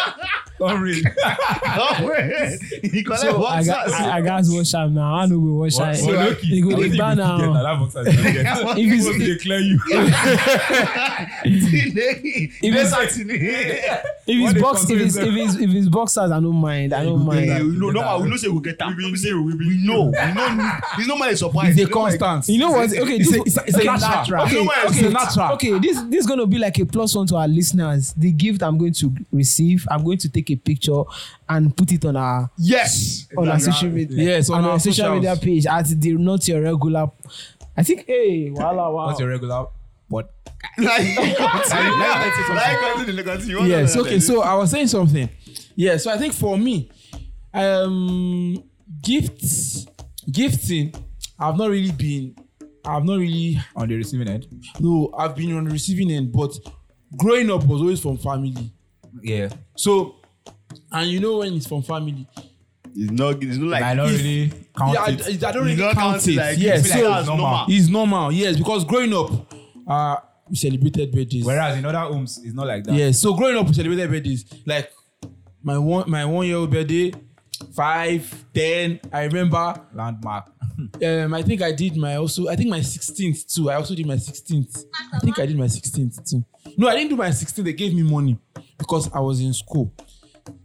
Speaker 5: don't read.
Speaker 4: Ah Comrade. You collect
Speaker 1: So I got,
Speaker 4: boxers.
Speaker 1: I, I got to wash am now. I know we wash am.
Speaker 5: But look,
Speaker 1: It go
Speaker 5: I don't
Speaker 1: dey
Speaker 5: think
Speaker 1: ban
Speaker 5: you fit get
Speaker 1: am.
Speaker 5: that box as you
Speaker 1: If
Speaker 5: get.
Speaker 1: you
Speaker 5: People
Speaker 1: see-
Speaker 5: dey clear you.
Speaker 1: If
Speaker 4: Let's
Speaker 1: it's-
Speaker 4: act in here.
Speaker 1: If
Speaker 5: What
Speaker 1: it's
Speaker 5: they
Speaker 1: box, if
Speaker 5: consider
Speaker 1: it's, if it's if it's boxers, I don't mind. I don't
Speaker 5: get
Speaker 1: mind.
Speaker 5: that.
Speaker 4: We Eh, know,
Speaker 5: Get
Speaker 4: normal,
Speaker 5: that.
Speaker 4: we know say we get that. We know, we know, we know. It's normal a surprise.
Speaker 2: it's a
Speaker 4: It's normal-
Speaker 2: constant.
Speaker 1: You know what? Okay,
Speaker 5: It's
Speaker 1: this
Speaker 5: a- it's a- it's a
Speaker 1: okay,
Speaker 5: natural.
Speaker 4: Okay,
Speaker 1: Okay,
Speaker 4: well, it's
Speaker 1: okay,
Speaker 4: a
Speaker 5: natural.
Speaker 1: okay. This this is gonna be like a plus one to our listeners. The gift I'm going to receive, I'm going to take a picture and put it on our
Speaker 4: Yes.
Speaker 1: on our social media.
Speaker 2: Yes,
Speaker 1: on,
Speaker 2: on
Speaker 1: our,
Speaker 2: our
Speaker 1: social
Speaker 2: socials.
Speaker 1: media page at the not your regular. I think hey, voila, wow.
Speaker 5: What's your regular? What?
Speaker 4: Like,
Speaker 5: Let me say something.
Speaker 4: like, continue, continue. You
Speaker 2: yes
Speaker 4: want to-
Speaker 2: okay so i was saying something yeah so i think for me um gifts gifting i've not really been i've not really
Speaker 5: On the receiving end.
Speaker 2: no i've been on the receiving end but growing up was always from family
Speaker 5: Yeah.
Speaker 2: so and you know when it's from family
Speaker 4: It's not, it's not like.
Speaker 5: I don't
Speaker 4: it's-
Speaker 5: really count
Speaker 2: yeah, I,
Speaker 5: it.
Speaker 2: I don't
Speaker 4: You
Speaker 2: really
Speaker 4: don't
Speaker 2: count,
Speaker 4: count it
Speaker 2: it
Speaker 4: like-
Speaker 2: yes
Speaker 4: you feel like
Speaker 2: so
Speaker 4: "Ah, that's
Speaker 2: it's normal.
Speaker 4: normal.
Speaker 2: it's normal yes because growing up uh we celebrated birthdays
Speaker 5: Whereas in other homes, it's not like that.
Speaker 2: Yeah, so growing up, we celebrated birthdays. Like my one my one year old birthday, five, ten. I remember.
Speaker 5: Landmark.
Speaker 2: Um, I think I did my also. I think my sixteenth too. I also did my sixteenth. I think I did my sixteenth too. No, I didn't do my sixteenth. They gave me money because I was in school.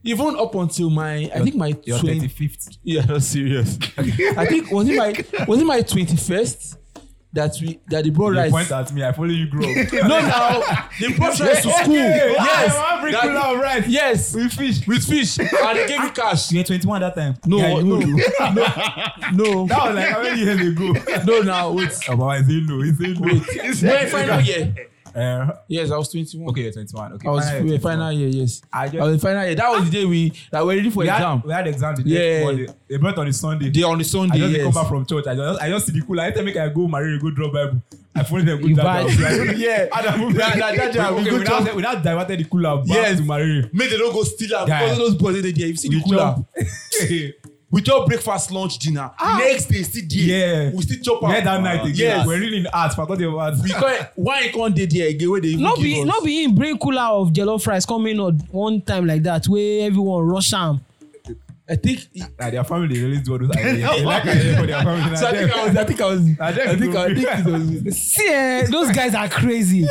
Speaker 2: Even up until my, I think my
Speaker 5: Your
Speaker 2: 20
Speaker 5: thirty fifth.
Speaker 2: yeah, that's serious. I think was it my was it my twenty first? that we that the bro
Speaker 5: You
Speaker 2: rights
Speaker 5: point at me, I follow you, grow.
Speaker 2: no now the bro rights to school yes that-
Speaker 5: right.
Speaker 2: yes
Speaker 5: We fish.
Speaker 2: with fish and they gave me cash
Speaker 5: You were 21 that time.
Speaker 2: no
Speaker 5: yeah, you
Speaker 2: no
Speaker 5: do.
Speaker 2: no
Speaker 5: That was like how many years ago.
Speaker 2: no now wait
Speaker 5: Oh, Baba, is it no? Is it no?
Speaker 2: when final year
Speaker 5: Uh,
Speaker 2: yes I was twenty one
Speaker 5: okay, you're 21. Okay.
Speaker 2: I was we were
Speaker 5: 21.
Speaker 2: final year yes
Speaker 5: I
Speaker 2: I,
Speaker 5: just-
Speaker 2: was in final year that was the day we that we were ready for
Speaker 5: We
Speaker 2: exam
Speaker 5: had, we had exam the
Speaker 2: Yeah.
Speaker 5: day. Monday. They brought on the Sunday.
Speaker 2: they on the
Speaker 5: I
Speaker 2: Sunday
Speaker 5: just yes.
Speaker 2: yes
Speaker 5: come back from church. I just, I just see the cooler. Anytime make I go Maria, go drop Bible. I follow them go
Speaker 1: You
Speaker 5: down.
Speaker 1: buy-
Speaker 5: yeah. And I move
Speaker 2: That- that- that- that- we
Speaker 5: okay,
Speaker 2: go
Speaker 5: we, now, we now diverted the cooler back
Speaker 2: Yes.
Speaker 5: to Maria.
Speaker 2: make they no go steal am
Speaker 5: Guy.
Speaker 2: because those boys dey there if you see the
Speaker 5: We
Speaker 2: cooler
Speaker 5: chop. yeah.
Speaker 2: we chop breakfast lunch dinner ah. next day still there
Speaker 5: Yeah.
Speaker 2: we still chop
Speaker 5: That night again.
Speaker 2: yes
Speaker 5: We're really in art. Forgot about
Speaker 2: we come wine come dey there again wey dey even
Speaker 1: no
Speaker 2: give
Speaker 1: be
Speaker 2: us
Speaker 1: no be him bring cooler of jollof rice come in on one time like that wey everyone rush am
Speaker 2: i think
Speaker 5: Nah, their family they always do all those ideas. They like ideas for their family.
Speaker 2: so i think i was i think i was
Speaker 5: I think
Speaker 2: i think i
Speaker 5: it
Speaker 2: think it was
Speaker 1: see eh those guys are crazy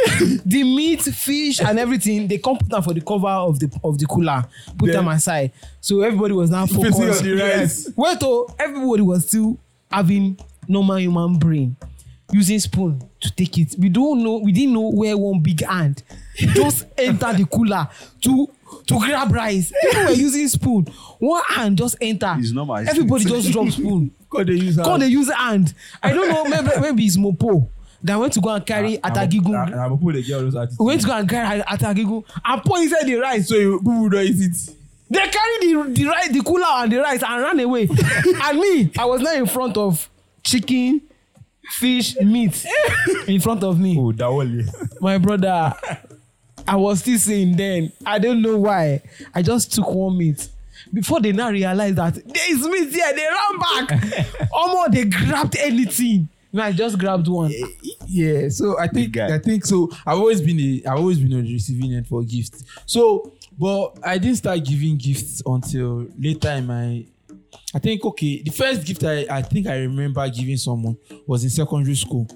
Speaker 1: the meat fish and everything they come put am for the cover of the of the cooler put
Speaker 5: Yeah.
Speaker 1: am aside so everybody was now
Speaker 5: Facing
Speaker 1: focused
Speaker 5: on the rice.
Speaker 1: wait oh everybody was still having normal human brain using spoon to take it we don't know we didn't know where one big hand just enter the cooler to to grab rice people were using spoon one hand just enter
Speaker 4: It's normal, it's-
Speaker 1: everybody just drop spoon
Speaker 2: god dey use
Speaker 1: come
Speaker 2: am
Speaker 1: dey use hand i don't know maybe maybe it's mopo that went to go and carry
Speaker 5: And
Speaker 1: atagigun
Speaker 5: I'm people they get all those attitudes.
Speaker 1: went to go and carry atagigun and pour inside the rice
Speaker 2: so you people don eat it
Speaker 1: they carry the the rice the cooler and the rice and ran away and me i was now in front of chicken fish meat in front of me
Speaker 5: Oh, Dawole.
Speaker 1: my brother i was still saying then i don't know why i just took one meat before they now realize that there is meat here they ran back omo they grabbed anything no i just grabbed one
Speaker 2: uh, yeah so i think
Speaker 4: guy.
Speaker 2: i think so i've always been a i've always been on the receiving end for gifts so but i didn't start giving gifts until later in my i think okay the first gift i i think i remember giving someone was in secondary school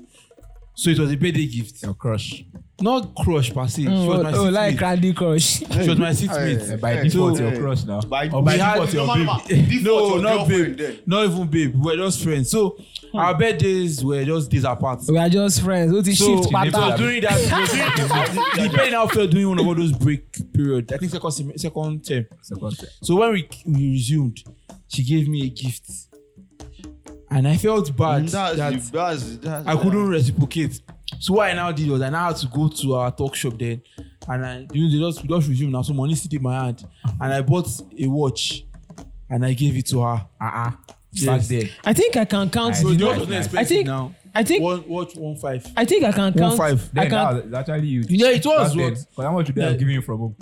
Speaker 2: so it was a birthday gift
Speaker 5: Your crush.
Speaker 2: not crush per se mm, she was my
Speaker 1: oh, oh like
Speaker 2: seatmate like,
Speaker 1: candy crush
Speaker 2: she was my
Speaker 5: Eh,
Speaker 2: seatmate
Speaker 5: By
Speaker 4: Eh,
Speaker 5: default,
Speaker 2: so-
Speaker 5: your crush now.
Speaker 4: By-
Speaker 5: Or by
Speaker 2: We had-
Speaker 5: default, your
Speaker 4: No, no, no, no.
Speaker 5: baby.
Speaker 2: no
Speaker 4: Default, your
Speaker 2: not babe
Speaker 4: girlfriend then.
Speaker 2: not even babe we were just friends so hmm. our birthdays were just days apart
Speaker 1: we are just friends o ti
Speaker 2: so
Speaker 1: shift
Speaker 2: it was
Speaker 1: pattern
Speaker 2: during that break the pain now felt during one of those break period i think second sem- second term
Speaker 5: Second time.
Speaker 2: so when we we resumed she gave me a gift and i felt bad
Speaker 4: That's, that's,
Speaker 2: that
Speaker 4: that's, that's, that's
Speaker 2: i couldn't reciprocate so what i now did was i now had to go to our talk shop then and i you know they just we just resumed now so money still dey my hand and i bought a watch and i gave it to her
Speaker 5: Uh-uh.
Speaker 2: Yes.
Speaker 5: Back there.
Speaker 1: i think i can count
Speaker 5: So
Speaker 1: the
Speaker 5: the
Speaker 1: nu-
Speaker 5: other one is
Speaker 1: i think
Speaker 2: now
Speaker 1: i think
Speaker 2: one watch one five
Speaker 1: i think i can count
Speaker 2: five.
Speaker 1: i
Speaker 5: Then that
Speaker 1: can
Speaker 5: was- it's actually you.
Speaker 2: yeah it was what
Speaker 5: Because how much would they have
Speaker 2: Yeah.
Speaker 5: given you from home?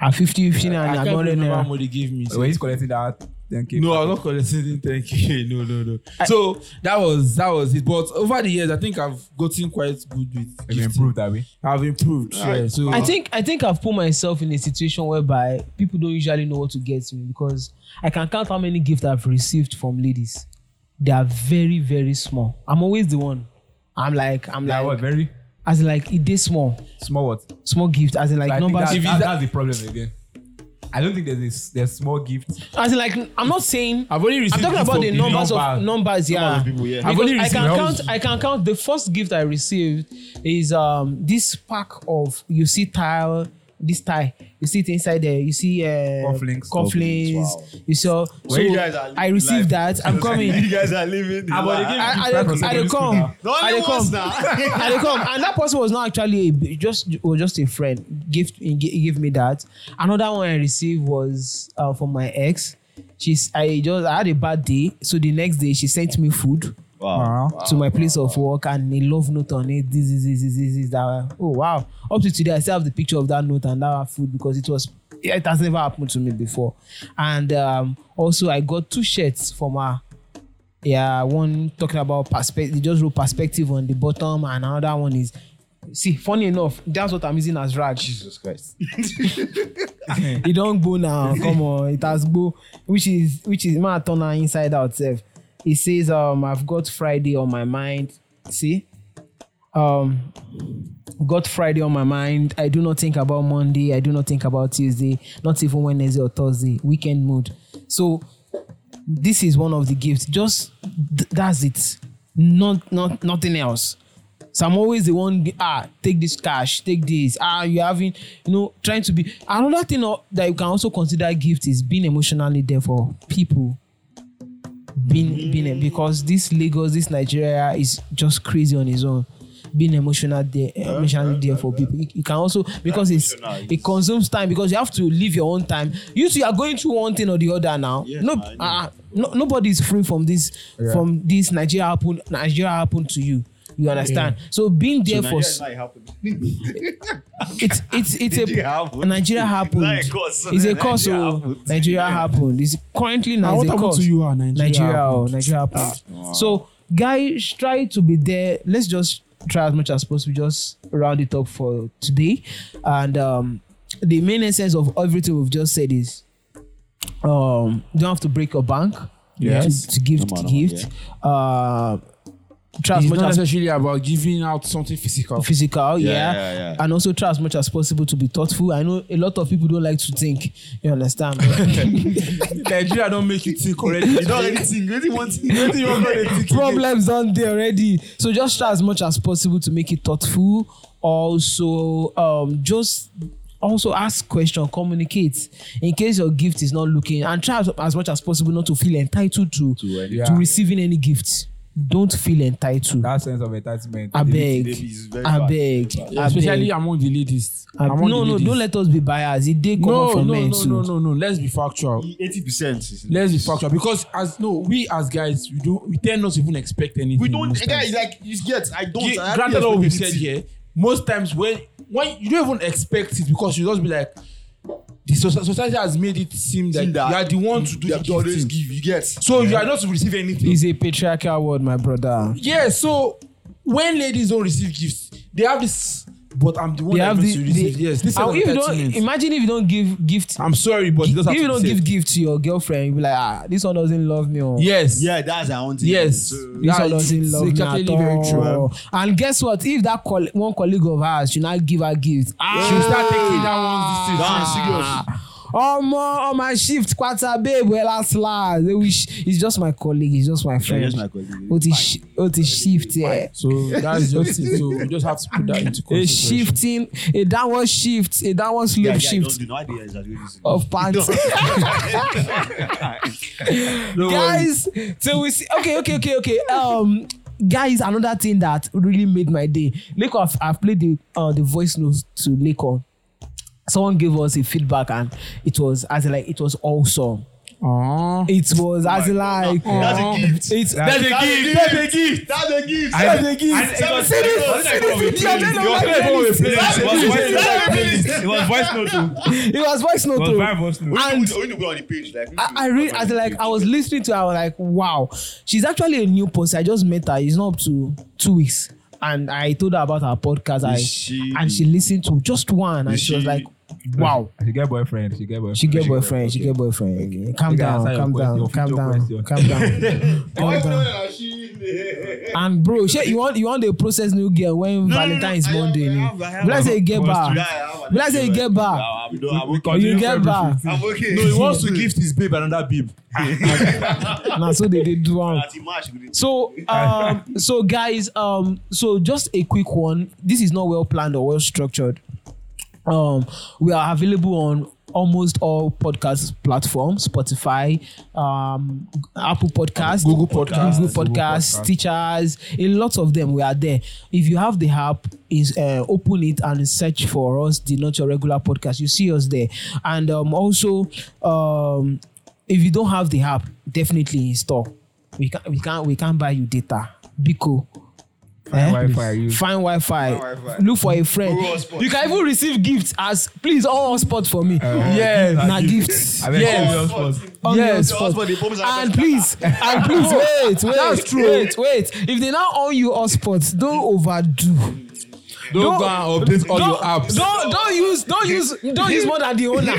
Speaker 1: ah fifty fifty naira and
Speaker 2: i can't
Speaker 1: hundred
Speaker 2: remember how
Speaker 1: naira
Speaker 2: much they gave me so
Speaker 5: Were you collecting that 10k?
Speaker 2: No, I'm not collecting 10k. No, no, no. so that was that was it. But over the years, I think I've gotten quite good with
Speaker 5: You
Speaker 2: gifting.
Speaker 5: improved that way.
Speaker 2: I've improved. Yeah.
Speaker 4: Right.
Speaker 2: So
Speaker 1: I think I think I've put myself in a situation whereby people don't usually know what to get me because I can count how many gifts I've received from ladies. They are very very small. I'm always the one. I'm like I'm
Speaker 5: That was
Speaker 1: like
Speaker 5: very
Speaker 1: as in like it is small
Speaker 5: small what?
Speaker 1: small gift as in like
Speaker 5: I think
Speaker 1: number
Speaker 5: that,
Speaker 2: If
Speaker 5: that,
Speaker 2: it's
Speaker 5: that's the problem again. I don't think there's a, s- there's small gift.
Speaker 1: as in like I'm not saying
Speaker 2: I've only
Speaker 1: I'm
Speaker 2: received.
Speaker 1: talking
Speaker 2: gifts
Speaker 1: about
Speaker 2: from
Speaker 1: the
Speaker 2: people.
Speaker 1: numbers of
Speaker 5: number.
Speaker 1: numbers yeah.
Speaker 4: Numbers of people, yeah.
Speaker 1: Because
Speaker 2: I've only
Speaker 1: I can
Speaker 2: received-
Speaker 1: count I can count the first gift I received is um this pack of you see tile this tie you see it inside there you see uh,
Speaker 5: Cufflinks.
Speaker 1: cufflinks
Speaker 4: Cufflinks, wow.
Speaker 1: you saw so
Speaker 4: When you guys are
Speaker 1: I received
Speaker 4: live-
Speaker 1: that I'm coming
Speaker 4: you guys are living the
Speaker 5: Ah, but they
Speaker 4: life.
Speaker 5: give-
Speaker 1: I, I,
Speaker 5: Five
Speaker 1: don't-
Speaker 5: percent
Speaker 1: I
Speaker 5: of
Speaker 1: don't
Speaker 5: this
Speaker 1: come
Speaker 5: people.
Speaker 4: The only
Speaker 1: I don't
Speaker 4: ones
Speaker 1: come
Speaker 4: now.
Speaker 1: I don't come and that person was not actually a, just was just a friend gift he gi- he gave me that another one I received was uh, from my ex she's I just I had a bad day so the next day she sent me food
Speaker 4: Wow.
Speaker 1: to my place of work and a love note on it. This is this is this is that. Oh wow! Up to today, I still have the picture of that note and that food because it was it has never happened to me before. And um, also, I got two shirts from her. Yeah, one talking about perspective. They just wrote perspective on the bottom, and another one is. See, funny enough, that's what I'm using as rag.
Speaker 4: Jesus Christ.
Speaker 1: e don go now come on it has go which is which is man turn am inside out sef e says um, i've got friday on my mind see um, got friday on my mind i do not think about monday i do not think about tuesday not even wednesday or thursday weekend mood so this is one of the gifts just th- that's it not, not nothing else. So I'm always the one ah take this cash, take this ah you having you know trying to be another thing o- that you can also consider gift is being emotionally there for people.
Speaker 4: Mm.
Speaker 1: Being being because this Lagos, this Nigeria is just crazy on its own. Being emotional there, emotionally there for people. You can also because it's
Speaker 4: emotional
Speaker 1: it consumes time because you have to live your own time. You two are going through one thing or the other now.
Speaker 4: Yes,
Speaker 1: no,
Speaker 4: I know.
Speaker 1: uh, no, nobody is free from this. From this Nigeria happened. Nigeria happened to you. You understand? So being there for s- it's it's it's a
Speaker 4: Nigeria happened.
Speaker 1: Nigeria happened.
Speaker 4: It's not a curse.
Speaker 1: It's a cause.
Speaker 4: Nigeria
Speaker 1: oh.
Speaker 4: happened.
Speaker 1: Nigeria happened. It's currently now.
Speaker 2: what
Speaker 1: it's a
Speaker 2: happened
Speaker 1: cause.
Speaker 2: to you, ah, Nigeria
Speaker 1: oh,
Speaker 2: happened?
Speaker 1: Nigeria happened. So guys, try to be there. Let's just try as much as possible. Just round it up for today, and um, the main essence of everything we've just said is um you don't have to break your bank
Speaker 2: Yes.
Speaker 1: to, to give
Speaker 4: No
Speaker 1: to
Speaker 4: matter,
Speaker 1: gift uh try as
Speaker 2: It's
Speaker 1: much
Speaker 2: not
Speaker 1: as
Speaker 2: necessarily about giving out something physical.
Speaker 1: physical yeah,
Speaker 4: yeah, yeah.
Speaker 1: and also try as much as possible to be thoughtful i know a lot of people don't like to think you understand
Speaker 2: Nigeria don't make you think already.
Speaker 4: You don't anything. You don't want
Speaker 2: Wetin you wan go dey think again?
Speaker 1: problems done there already so just try as much as possible to make it thoughtful also um just also ask question communicate in case your gift is not looking and try as, as much as possible not to feel entitled to to,
Speaker 5: Yeah.
Speaker 1: receiving any gift don't feel entitled
Speaker 5: that sense of entitlement.
Speaker 1: abeg
Speaker 4: It's very bad.
Speaker 1: abeg
Speaker 2: especially
Speaker 1: abeg
Speaker 2: among the ladies.
Speaker 1: Ab-
Speaker 2: Among
Speaker 1: no
Speaker 2: the
Speaker 1: no
Speaker 2: ladies.
Speaker 1: don't let us be biased e dey common
Speaker 2: no,
Speaker 1: for
Speaker 2: no,
Speaker 1: men
Speaker 2: no,
Speaker 1: too.
Speaker 2: no, no, no. Let's be factual.
Speaker 4: 80% is
Speaker 2: Let's be factual because as no, we as guys, we don't, we tend not to even expect anything.
Speaker 4: We don't,
Speaker 2: most
Speaker 4: guys,
Speaker 2: times.
Speaker 4: like, you get, I don't.
Speaker 2: Ge-
Speaker 4: I have
Speaker 2: granted
Speaker 4: to
Speaker 2: what we
Speaker 4: expect
Speaker 2: said
Speaker 4: it.
Speaker 2: here, most times when when you don't even expect it because you just be like, the so- society has made it seem that,
Speaker 4: Think that
Speaker 2: you are the one to do
Speaker 4: you
Speaker 2: the
Speaker 4: have to always
Speaker 2: gifting.
Speaker 4: give, you get.
Speaker 2: So you are not to receive anything.
Speaker 1: is a patriarchal word my brother
Speaker 2: yeah, so when ladies don't receive gifts, they have this. But I'm the one
Speaker 1: they
Speaker 2: that
Speaker 1: have
Speaker 2: needs
Speaker 1: the,
Speaker 2: to
Speaker 1: the
Speaker 2: receive. yes, this is
Speaker 1: and if you
Speaker 2: entitlement.
Speaker 1: don't imagine if you don't give gift
Speaker 2: I'm sorry, but it does have
Speaker 1: if you
Speaker 2: to
Speaker 1: don't
Speaker 2: be said.
Speaker 1: give gift to your girlfriend you be like ah this one doesn't love me or
Speaker 2: yes,
Speaker 3: Yeah, that's our own thing.
Speaker 2: yes,
Speaker 1: this one doesn't love me at all and guess what if that coll one colleague of hers she now give her gift ah
Speaker 2: She will start taking that one's decision.
Speaker 1: omo on my shift kwata babe well as last they wish he's just my colleague he's just my friend
Speaker 3: just my colleague.
Speaker 1: o ti sh- o ti shift yeah.
Speaker 2: So that's just it. So we just have to put that into
Speaker 1: a
Speaker 2: consideration.
Speaker 1: shifting a downward shift a downward slope
Speaker 3: Yeah, yeah,
Speaker 1: shift
Speaker 3: Don't do no idea exactly this.
Speaker 1: of pants.
Speaker 2: No
Speaker 1: guys, so we see. Okay, okay, okay, okay. Um, guys, another thing that really made my day. Leko, I've, I've played the uh, the voice notes to Leko. Someone gave us a feedback, and it was as in, like it was awesome.
Speaker 2: Aww.
Speaker 1: It was as in, like
Speaker 4: That's a gift.
Speaker 1: it's.
Speaker 5: That's
Speaker 2: a gift.
Speaker 4: That's a gift. That's a gift.
Speaker 5: I-
Speaker 4: That's a gift.
Speaker 5: I- I-
Speaker 4: See this-
Speaker 5: I-
Speaker 4: see this video,
Speaker 1: I don't know what
Speaker 5: It was voice note. It
Speaker 1: It was
Speaker 5: was voice note. oh.
Speaker 1: voice note.
Speaker 5: It was
Speaker 1: oh.
Speaker 5: very voice note.
Speaker 4: We need to- we need to go on the page, like, we
Speaker 1: I,
Speaker 4: need to
Speaker 1: I
Speaker 4: go
Speaker 1: really,
Speaker 4: on
Speaker 1: I
Speaker 4: the
Speaker 1: like,
Speaker 4: page.
Speaker 1: I was listening to her, I was like, wow, she's actually a new person. I just met her. It's not up to two weeks. And I told her about her podcast. I,
Speaker 4: she-
Speaker 1: and she listened to just one. And she, was
Speaker 4: she-
Speaker 1: like, wow.
Speaker 5: She get boyfriend. She get boyfriend.
Speaker 1: She get boyfriend. She get boyfriend. Calm
Speaker 5: You can
Speaker 1: down.
Speaker 5: answer your
Speaker 1: Calm
Speaker 5: question,
Speaker 1: down.
Speaker 5: your
Speaker 1: Calm
Speaker 5: future
Speaker 1: down.
Speaker 5: question.
Speaker 1: Calm down.
Speaker 4: Why
Speaker 1: calm
Speaker 4: you
Speaker 1: down.
Speaker 4: know that she-
Speaker 1: And bro, shey, you want you want the process new girl when
Speaker 4: no, no,
Speaker 1: Valentine's
Speaker 4: I have-
Speaker 1: Monday.
Speaker 4: I
Speaker 1: no?
Speaker 4: have- I have-
Speaker 1: Will I say you get
Speaker 5: I was
Speaker 1: back?
Speaker 4: Yeah, I have
Speaker 1: Will I say you get back?
Speaker 4: I'm done. I'm okay.
Speaker 1: You get back.
Speaker 4: I'm okay.
Speaker 5: No, he wants to gift his babe another babe.
Speaker 1: Now so they did do am.
Speaker 4: At the match, we did-
Speaker 1: So, um, so guys, um, so just a quick one. This is not well planned or well structured. Um, we are available on almost all podcast platforms: Spotify, um, Apple Podcast, Google Podcast, Google Podcasts, Teachers. A lot of them we are there. If you have the app, is uh, open it and search for us. The not your regular podcast. You see us there, and um, also um, if you don't have the app, definitely install we can we can we can buy you data biko eh?
Speaker 5: Wi-Fi. You.
Speaker 1: find wi-fi
Speaker 4: Wi-Fi.
Speaker 1: look for a friend
Speaker 4: Google hotspot.
Speaker 1: you can even receive gifts as please on hotspot for me
Speaker 2: Yes.
Speaker 1: na
Speaker 5: gift.
Speaker 1: gifts
Speaker 5: I
Speaker 4: Oh,
Speaker 5: mean,
Speaker 2: Yes.
Speaker 5: yes.
Speaker 1: on
Speaker 2: Yes.
Speaker 1: the
Speaker 4: Hotspot, Oh, they
Speaker 1: hotspot
Speaker 4: promise I
Speaker 1: and
Speaker 4: have
Speaker 1: please and please wait wait That's true. wait wait if they now on you hotspot don't overdo
Speaker 2: Don't go and update all
Speaker 1: don't,
Speaker 2: your apps.
Speaker 1: don't don't use don't use don't use more than the owner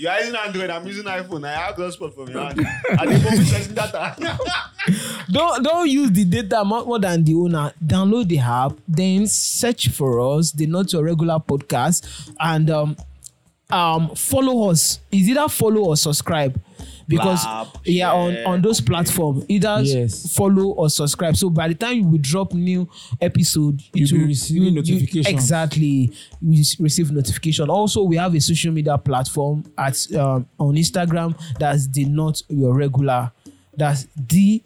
Speaker 4: You are using Android, I'm using iPhone. I have hotspot for me. And and they promise us data.
Speaker 1: don't don't use the data more, more than the owner download the app then search for us the not your regular podcast and um um follow us is either follow or subscribe because yeah on on those platforms either
Speaker 2: Yes.
Speaker 1: follow or subscribe so by the time we drop new episode it
Speaker 2: You'll be receiving notifications.
Speaker 1: exactly we s- receive notification also we have a social media platform at um, on instagram that's the not your regular that's the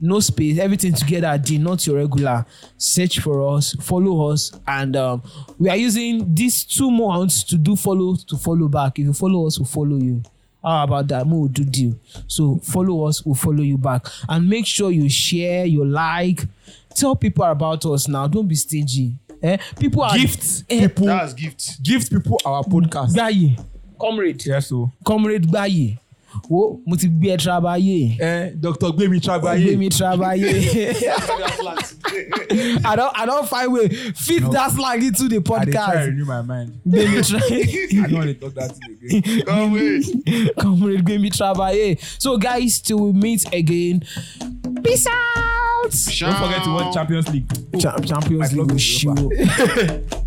Speaker 1: no space everything together the not your regular search for us follow us and um, we are using these two months to do follow to follow back if you follow us we follow you how about that mo do deal so follow us we follow you back and make sure you share you like tell people about us now don't be stingy eh people are
Speaker 5: Gift
Speaker 1: eh,
Speaker 5: people,
Speaker 4: That's gift.
Speaker 5: gift people our podcast.
Speaker 1: gbayi comrade
Speaker 5: Yes, so
Speaker 1: comrade gbayi wo mo ti gbé ẹ trabaye.
Speaker 5: eh, Doctor Gbemi
Speaker 1: Gbé
Speaker 5: Trabaye.
Speaker 1: mi trabaye. I don't I don't find way fit no. that slang into the
Speaker 5: I dey try
Speaker 1: podcast.
Speaker 5: renew my mind.
Speaker 1: Gbé mi tra-
Speaker 5: I don't want to talk that thing again.
Speaker 4: Come away.
Speaker 1: Comrade Gbé mi trabaye. So guys, till we meet again. Peace out.
Speaker 5: Don't forget to watch Champions League.
Speaker 1: Cha- Champions
Speaker 5: My
Speaker 1: League
Speaker 5: vlog
Speaker 1: will
Speaker 5: is
Speaker 1: show.